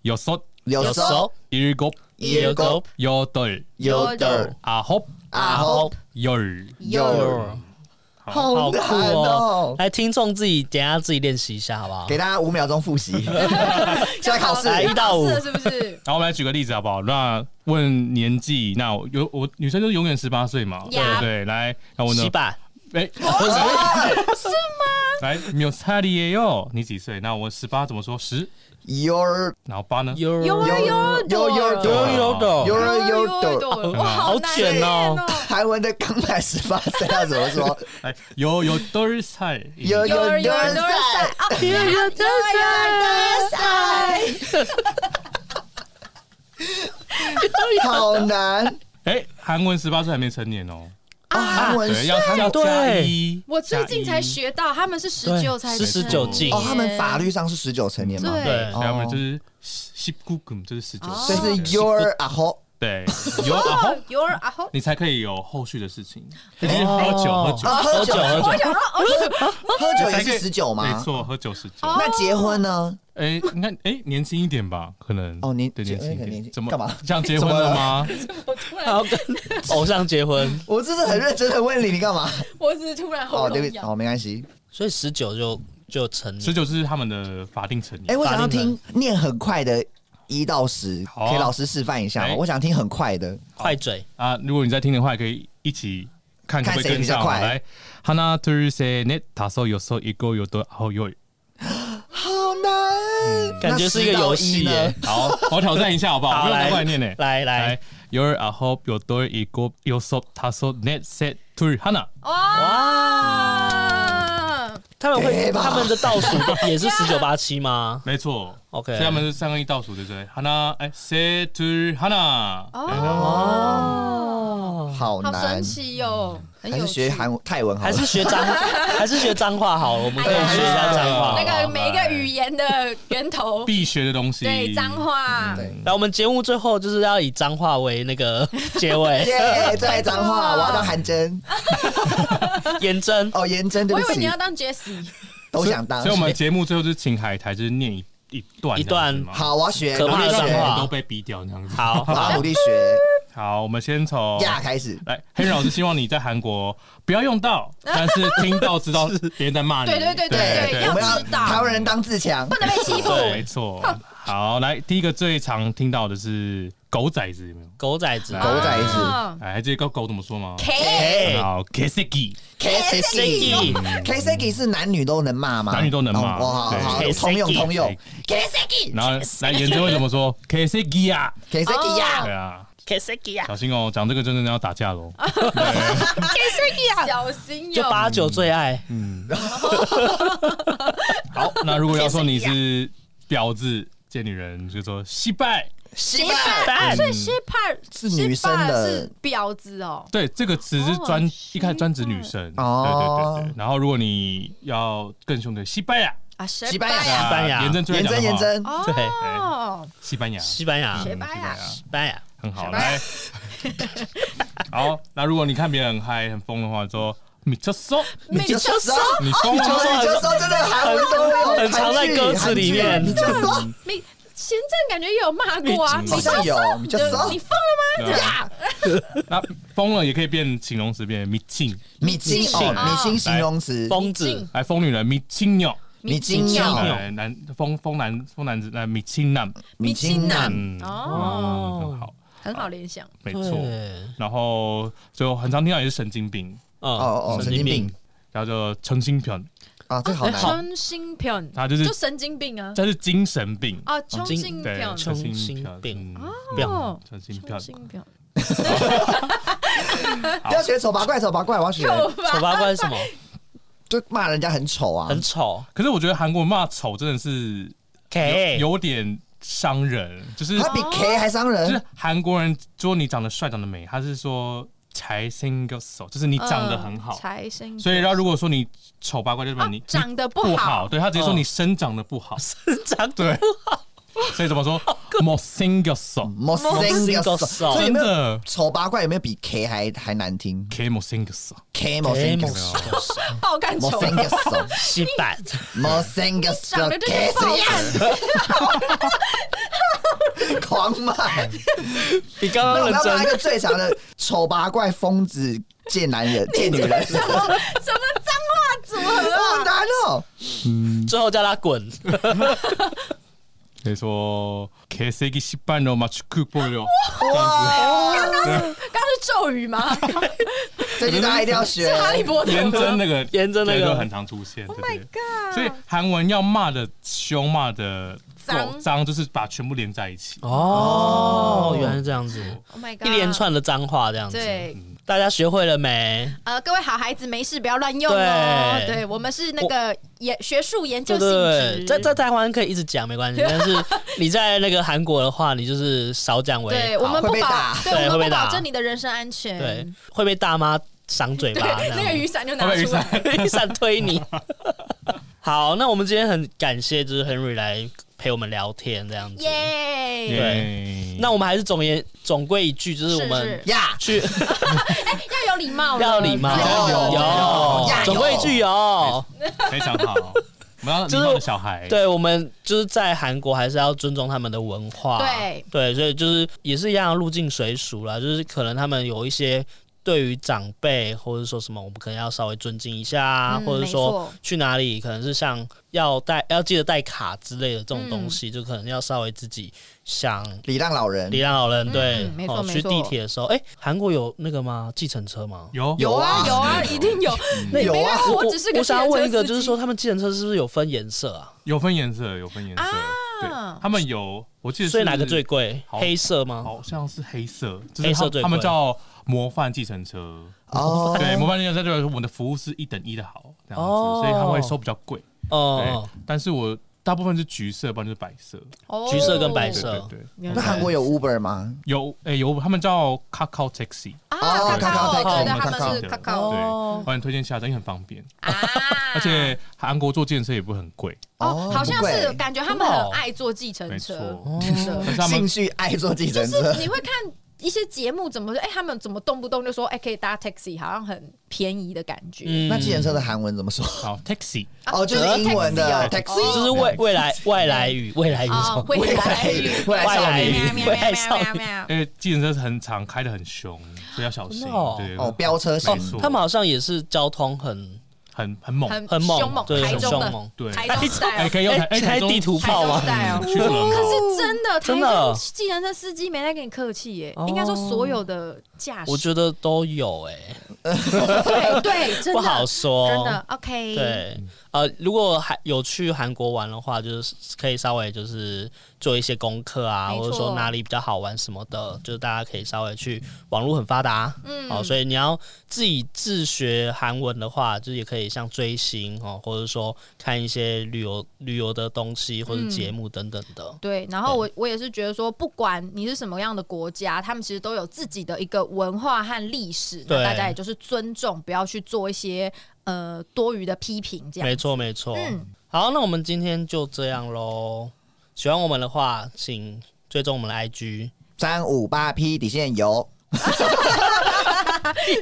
y o so
有
有
手
手
i r go
ear go
y o d
有的
啊 hope
啊吼
吼
y
有
tour
好难
好酷
哦。
来，听众自己等一下自己练习一下，好不好？
给大家五秒钟复习，现在考试
来一到五
要考试了是不是？
然后我们来举个例子好不好？那问年纪，那我有我女生就是永远十八岁嘛，对
Yeah
不对？来，那我呢
洗？版
哎，不是
啊
来，没有差的也有。你几岁？那我十八，怎么说十？
your
然后八呢？
有有
有有
有啊有
啊
有啊有的
어,
your your
Yodel，
的
哇，好难念
好卷
韩文的刚满十八岁要怎么说？
来，哎有有多少岁？
有有
Your
有
your
人
your
在
side，啊 your your your side，
好难。
哎，韩文十八岁还没成年哦，
哦，韩文
对，
是
要
啊
要
对
加一。
我最近
加
才
一，
学到，他们是十九
对
才
是
成
19禁
哦，他们法律上是十九成年嘛，
对
对
哦所以他们就是十九，就是十九
哦
岁。
所以是 your 啊吼
对，有啊吼，
有人啊吼，
你才可以有后续的事情。
哦
就是喝酒喝酒，
啊，喝
喝酒
酒
喝酒
我，想说哦，
喝酒也
才可以
是十九吗？
没错，喝酒十九。
哦
那结婚呢？
哎，应该哎年轻一点吧，可能
哦年
对
结
年轻一
哎年轻
点，怎么
干嘛
想结婚了吗？
我突
还
然，
要跟偶像结婚，
我这是很认真的问你，你干嘛？
我只是突然喉
哦，对不
咙
起，
痒。
哦，没关系。
所以十九就就成
十
年。
九是他们的法定成年。
哎，我
法
想要
令
听念很快的一到十，
好啊
可以老师示范一下吗？
哎
我想听很快的。
快嘴，
啊，如果你在听的话，也可以一起看可不可以
看谁
跟上。
比较快
来，하나둘셋넷다섯여섯일곱여덟아홉열。
好难，
感觉是一个游戏
哎
耶。
好，我挑战一下好不
好
好？哦我没有
来
难怪念呢。
来来
来，，열아홉여덟일곱여섯다섯넷셋둘하나。
哦
哇！
他们会
对吧
他们的倒数也是十九八七吗？
没错
OK
所以他们是三个一倒数，对不对？하나，哎，셋둘하나。
哦，
好
好神
哎难，
奇哟，很
还
有
是学
趣。
韩文泰文好
还
了
是。学脏，还是学脏话好了？我们可以学一下脏话。
那
哎呀
个每一个语言的源 头，
必学的东西。
对脏。话，
嗯对
来，我们节目最后就是要以脏话为那 个结尾，
耶，再来 脏
啊
话，我要当韩真
颜真。
哦，颜真，对
我以
不
为你
起
要，当 Jessie，
都想当。
所以我们节目最后就是请海苔，就是念一一段
一段
这样子嘛，
好，我要学，
可
努
怕
力
的脏
学，
话
都被逼掉那样子。
好
我，要努力学
好，我们先从
呀，开始。
来，黑人老师希望你在韩国不要用 到，但是听到知道别人在骂你。
对对对对对要
我们要
知道
台湾人当自强
不，能被欺负。
对
没错。好，来第一个最常听到的是狗崽子，有没有？
狗崽子，
狗崽子
啊
哎，还记得狗狗怎么说吗？
，K
哎，
好 k i s k
，K C
Kiseki
K C K 是男女都能骂吗？
男女都能骂
哦哦好
对
好，
Kiseki
通用通用 K C K
然后来颜真会怎么说 k i s k 呀？
K C K 呀
对，啊，
k s k 呀，
小心哦，讲这个真的要打架喽。
啊 K，小心
就
哟。
八九最爱，
好，那如果要说你
啊
是婊子、贱女人，就说惜败。
失
哎
失
败，
所以 s h i p
是
e
女生的
是婊子哦。
对，这个词是专一开始专指女生。
哦
对对对对。然后如果你要更凶的，西班牙，
啊，西
西班牙
啊
班牙
颜真最爱
颜
讲的
真
话
颜，真，
哦，啊
西班牙，
西班牙，
西
西
啊嗯
班牙
班牙，
很好。
西班牙
来，好，那如果你看别人很嗨、很疯的话，说米特索，
你就说，
你疯了吗？
你就说，真的韩文都有，
很常在歌词里面
韩剧你就说，
你前阵感觉也有骂过啊，
好像有，你就说
你，疯了
对啊那疯了也可以变形容词，变米青，
米津哦，
米
米
津
津形容词，
疯子，
来疯女人米青鸟，
米津
米津
鸟，
鸟
哎男疯疯男疯男子，那米青男，
米津男，
嗯，
哦
嗯很好，
吗？很好联想，
没错。
对，
然后就很常听到也是神经病，
哦哦，神经病，
叫做成心病，
啊，这个 好难，
春心病，
他就是
就神经病啊，
这是精神病，
啊，春心
对，
病，
春
成
心
病
病，
嗯
病
成心病
春。心病，
不要学丑八怪，丑八怪，我要 学，
哦
丑八怪是 什么？
就骂人家很丑啊，
很丑
可是我觉得韩国骂丑真的是
，K，
有有点伤人，就是
他比
哦
K 还伤
就是
人，
韩国人说你长得帅长得美，他是说才性个手，就是你长得很好。
嗯才生，
所以，然后如果说你丑八怪，就是
啊
你
长得
你
不好，
对他直接说
嗯
你生长得不好，
长得
对，所以怎么说？못생겼어，
莫生个手，所以有
真
没有
的
丑八怪有没有比 K 还还难听
걔못생겼어，
？K 莫生个手，
爆干
莫
丑，
生个手，
西班
莫生个手
长得就是
，K
爆
谁呀？
干，
狂骂。
比刚
那
刚
我们
认
要
真
骂一。个最长的丑八怪、疯子、贱男人、贱女人，
什么脏话组合
好
啊？
难哦。
最后叫他滚，
可以说걔세기십반로마축구보려，
哇，
刚刚是咒语吗？
这句大家一定要学
是。哈利 波特
颜
吗
真那个
啊颜真那个
对都很常出现。对
Oh my
对
god！
所以韩文要骂的凶，骂的
脏
脏，就是把全部连在一起。
哦，啊原来是这样子，
Oh my god！
一连串的脏话这样子，
对，
大家学会了没？
呃，各位好孩子，没事不要乱用哦。
对
对，我们是那个研学术研究
对
性
对
质
对，，在在台湾可以一直讲没关 系，但是你在那个韩国的话，你就是少讲为
对
好
我们不
会被
保
打，
对
我
会
们
被
不保
打
证你的人身安全。
对会被大妈赏嘴
对，
巴，这样
那个雨伞就拿
会不会雨
出 来。
一闪推你。好，那我们今天很感谢就是 Henry 来陪我们聊天这样子。
耶！
对
那我们还是总言总归一句，就是我们
是
呀，
去
要有礼啊貌了，
要有礼貌，
有有
有
有
总归一句有。
非常 好，我们要礼
就是
貌的小孩，
对，我们就是在韩国还是要尊重他们的文化，
对
对，所以就是也是一样入境随俗啦，就是可能他们有一些。对于长辈，或者说什么，我们可能要稍微尊敬一下啊，
嗯
或者
没
说
错
去哪里，可能是像要带要记得带卡之类的这种
嗯
东西，就可能要稍微自己想
礼让老人
礼让老人。对，
嗯没错
哦
没
去
错
地铁的时候，哎，韩国有那个吗？计程车吗？
有
有啊
啊有啊，一定有。
那
有啊
没有
我
我只是个
我想要问一个，
计
就
程车司机
是说他们计程车是不是有分颜色啊？
有分颜色，有分颜色，
啊
对，他们有，我记得是
所以哪个最贵？
好
黑色吗？
好像是黑色，就是
黑
他
色最
他们
贵
叫模范计程车，
哦，
对，模范计程车就是我们的服务是一等一的好这样子，
哦
所以他会收比较贵，
哦
对，，但是我大部分是橘色，不然就是白色，
哦
橘色跟白
对
色
对对，
原
那
来
韩国有 Uber 吗？
有诶、有他们叫 Kakao Taxi，
啊，
哦
卡卡
卡
我
卡
觉得他们是
对
卡卡
对，
哦
我很推荐下载，因为很方便，
啊，
而且韩国坐建车也不会很贵，
哦，好像是
不贵
感觉他们
哦
很爱坐计程
没错
车，，
但是他
兴
们
趣爱坐计程
就 是
车，
你会看一些节目怎么说，哎，他们怎么动不动就说，哎，可以搭 taxi，好像很便宜的感觉。
嗯
那计程车的韩文怎么说？
好 Taxi，
哦，就是英文的
啊 taxi 哦
taxi，
就是未未来未来语未来语是什
哦
么，
未来语，
未来少女
喵喵喵喵喵喵
因为计程车是很常开的很凶，所以要小心
真的哦，
对，
哦，飙车型
哦
没，错
他们好像也是交通很
很很猛，
很
很猛
凶猛，
对
台中
很
的
凶猛
对
台中 style
哎，可以用台
哎
哎
开
台中
地图炮吗
台中 style
去轮
可
考，
是真的，
哦真的
台中计程车司机没在跟你客气耶、
哦
应该说所有的驾驶，
我觉得都有哎、
对对，真
不
的
好说，
真的 OK，，
对，呃，如果还有去韩国玩的话，就是可以稍微就是做一些功课啊，
没错
或者说哪里比较好玩什么的，就是大家可以稍微去，网络很发达，
嗯
哦，所以你要自己自学韩文的话，就是也可以像追星哦，或者说看一些旅游旅游的东西或者节目等等的，
对，然后我我也是觉得说，不管你是什么样的国家，他们其实都有自己的一个文化和历史，那
对
大家也就是尊重，不要去做一些呃多余的批评，这样
没错没错。
嗯
好，那我们今天就这样喽。喜欢我们的话，请追踪我们的 IG。
三五八 P 底线油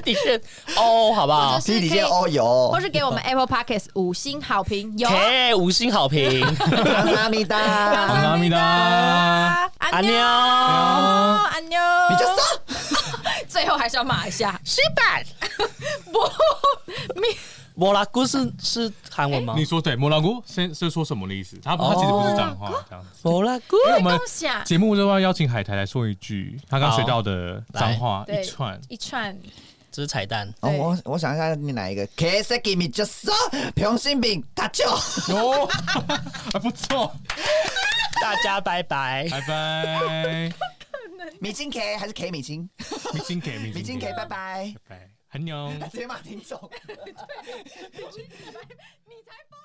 的确哦，好不好
或者是
，P 底线哦
可以
O 油
或，是给我们 Apple Podcast 五星好评，有啊
？K 五星好评，
阿萨米达，
阿弥达。
安妞，安妞，
比较少。
最后还是要骂一下，
失 败。不，莫拉姑是是韩文吗
你？说对，摩拉姑是是说什么的意思？他他其实
哦
不是脏话，这样子。
莫拉姑
因为我们
恭喜啊！
节目就要邀请海苔来说一句他刚学到的脏话
来
一串，
一串
这是彩蛋。
哦，
对
我我想一下，你哪一个？K S G M 就说平心饼大舅，
哟，还不错，
大家拜拜。
拜拜，
米津 K 还是 K 米津？
米津给米
米津
津
K
给，
拜
拜
拜，
拜，很牛。
直接骂听众。
你才疯。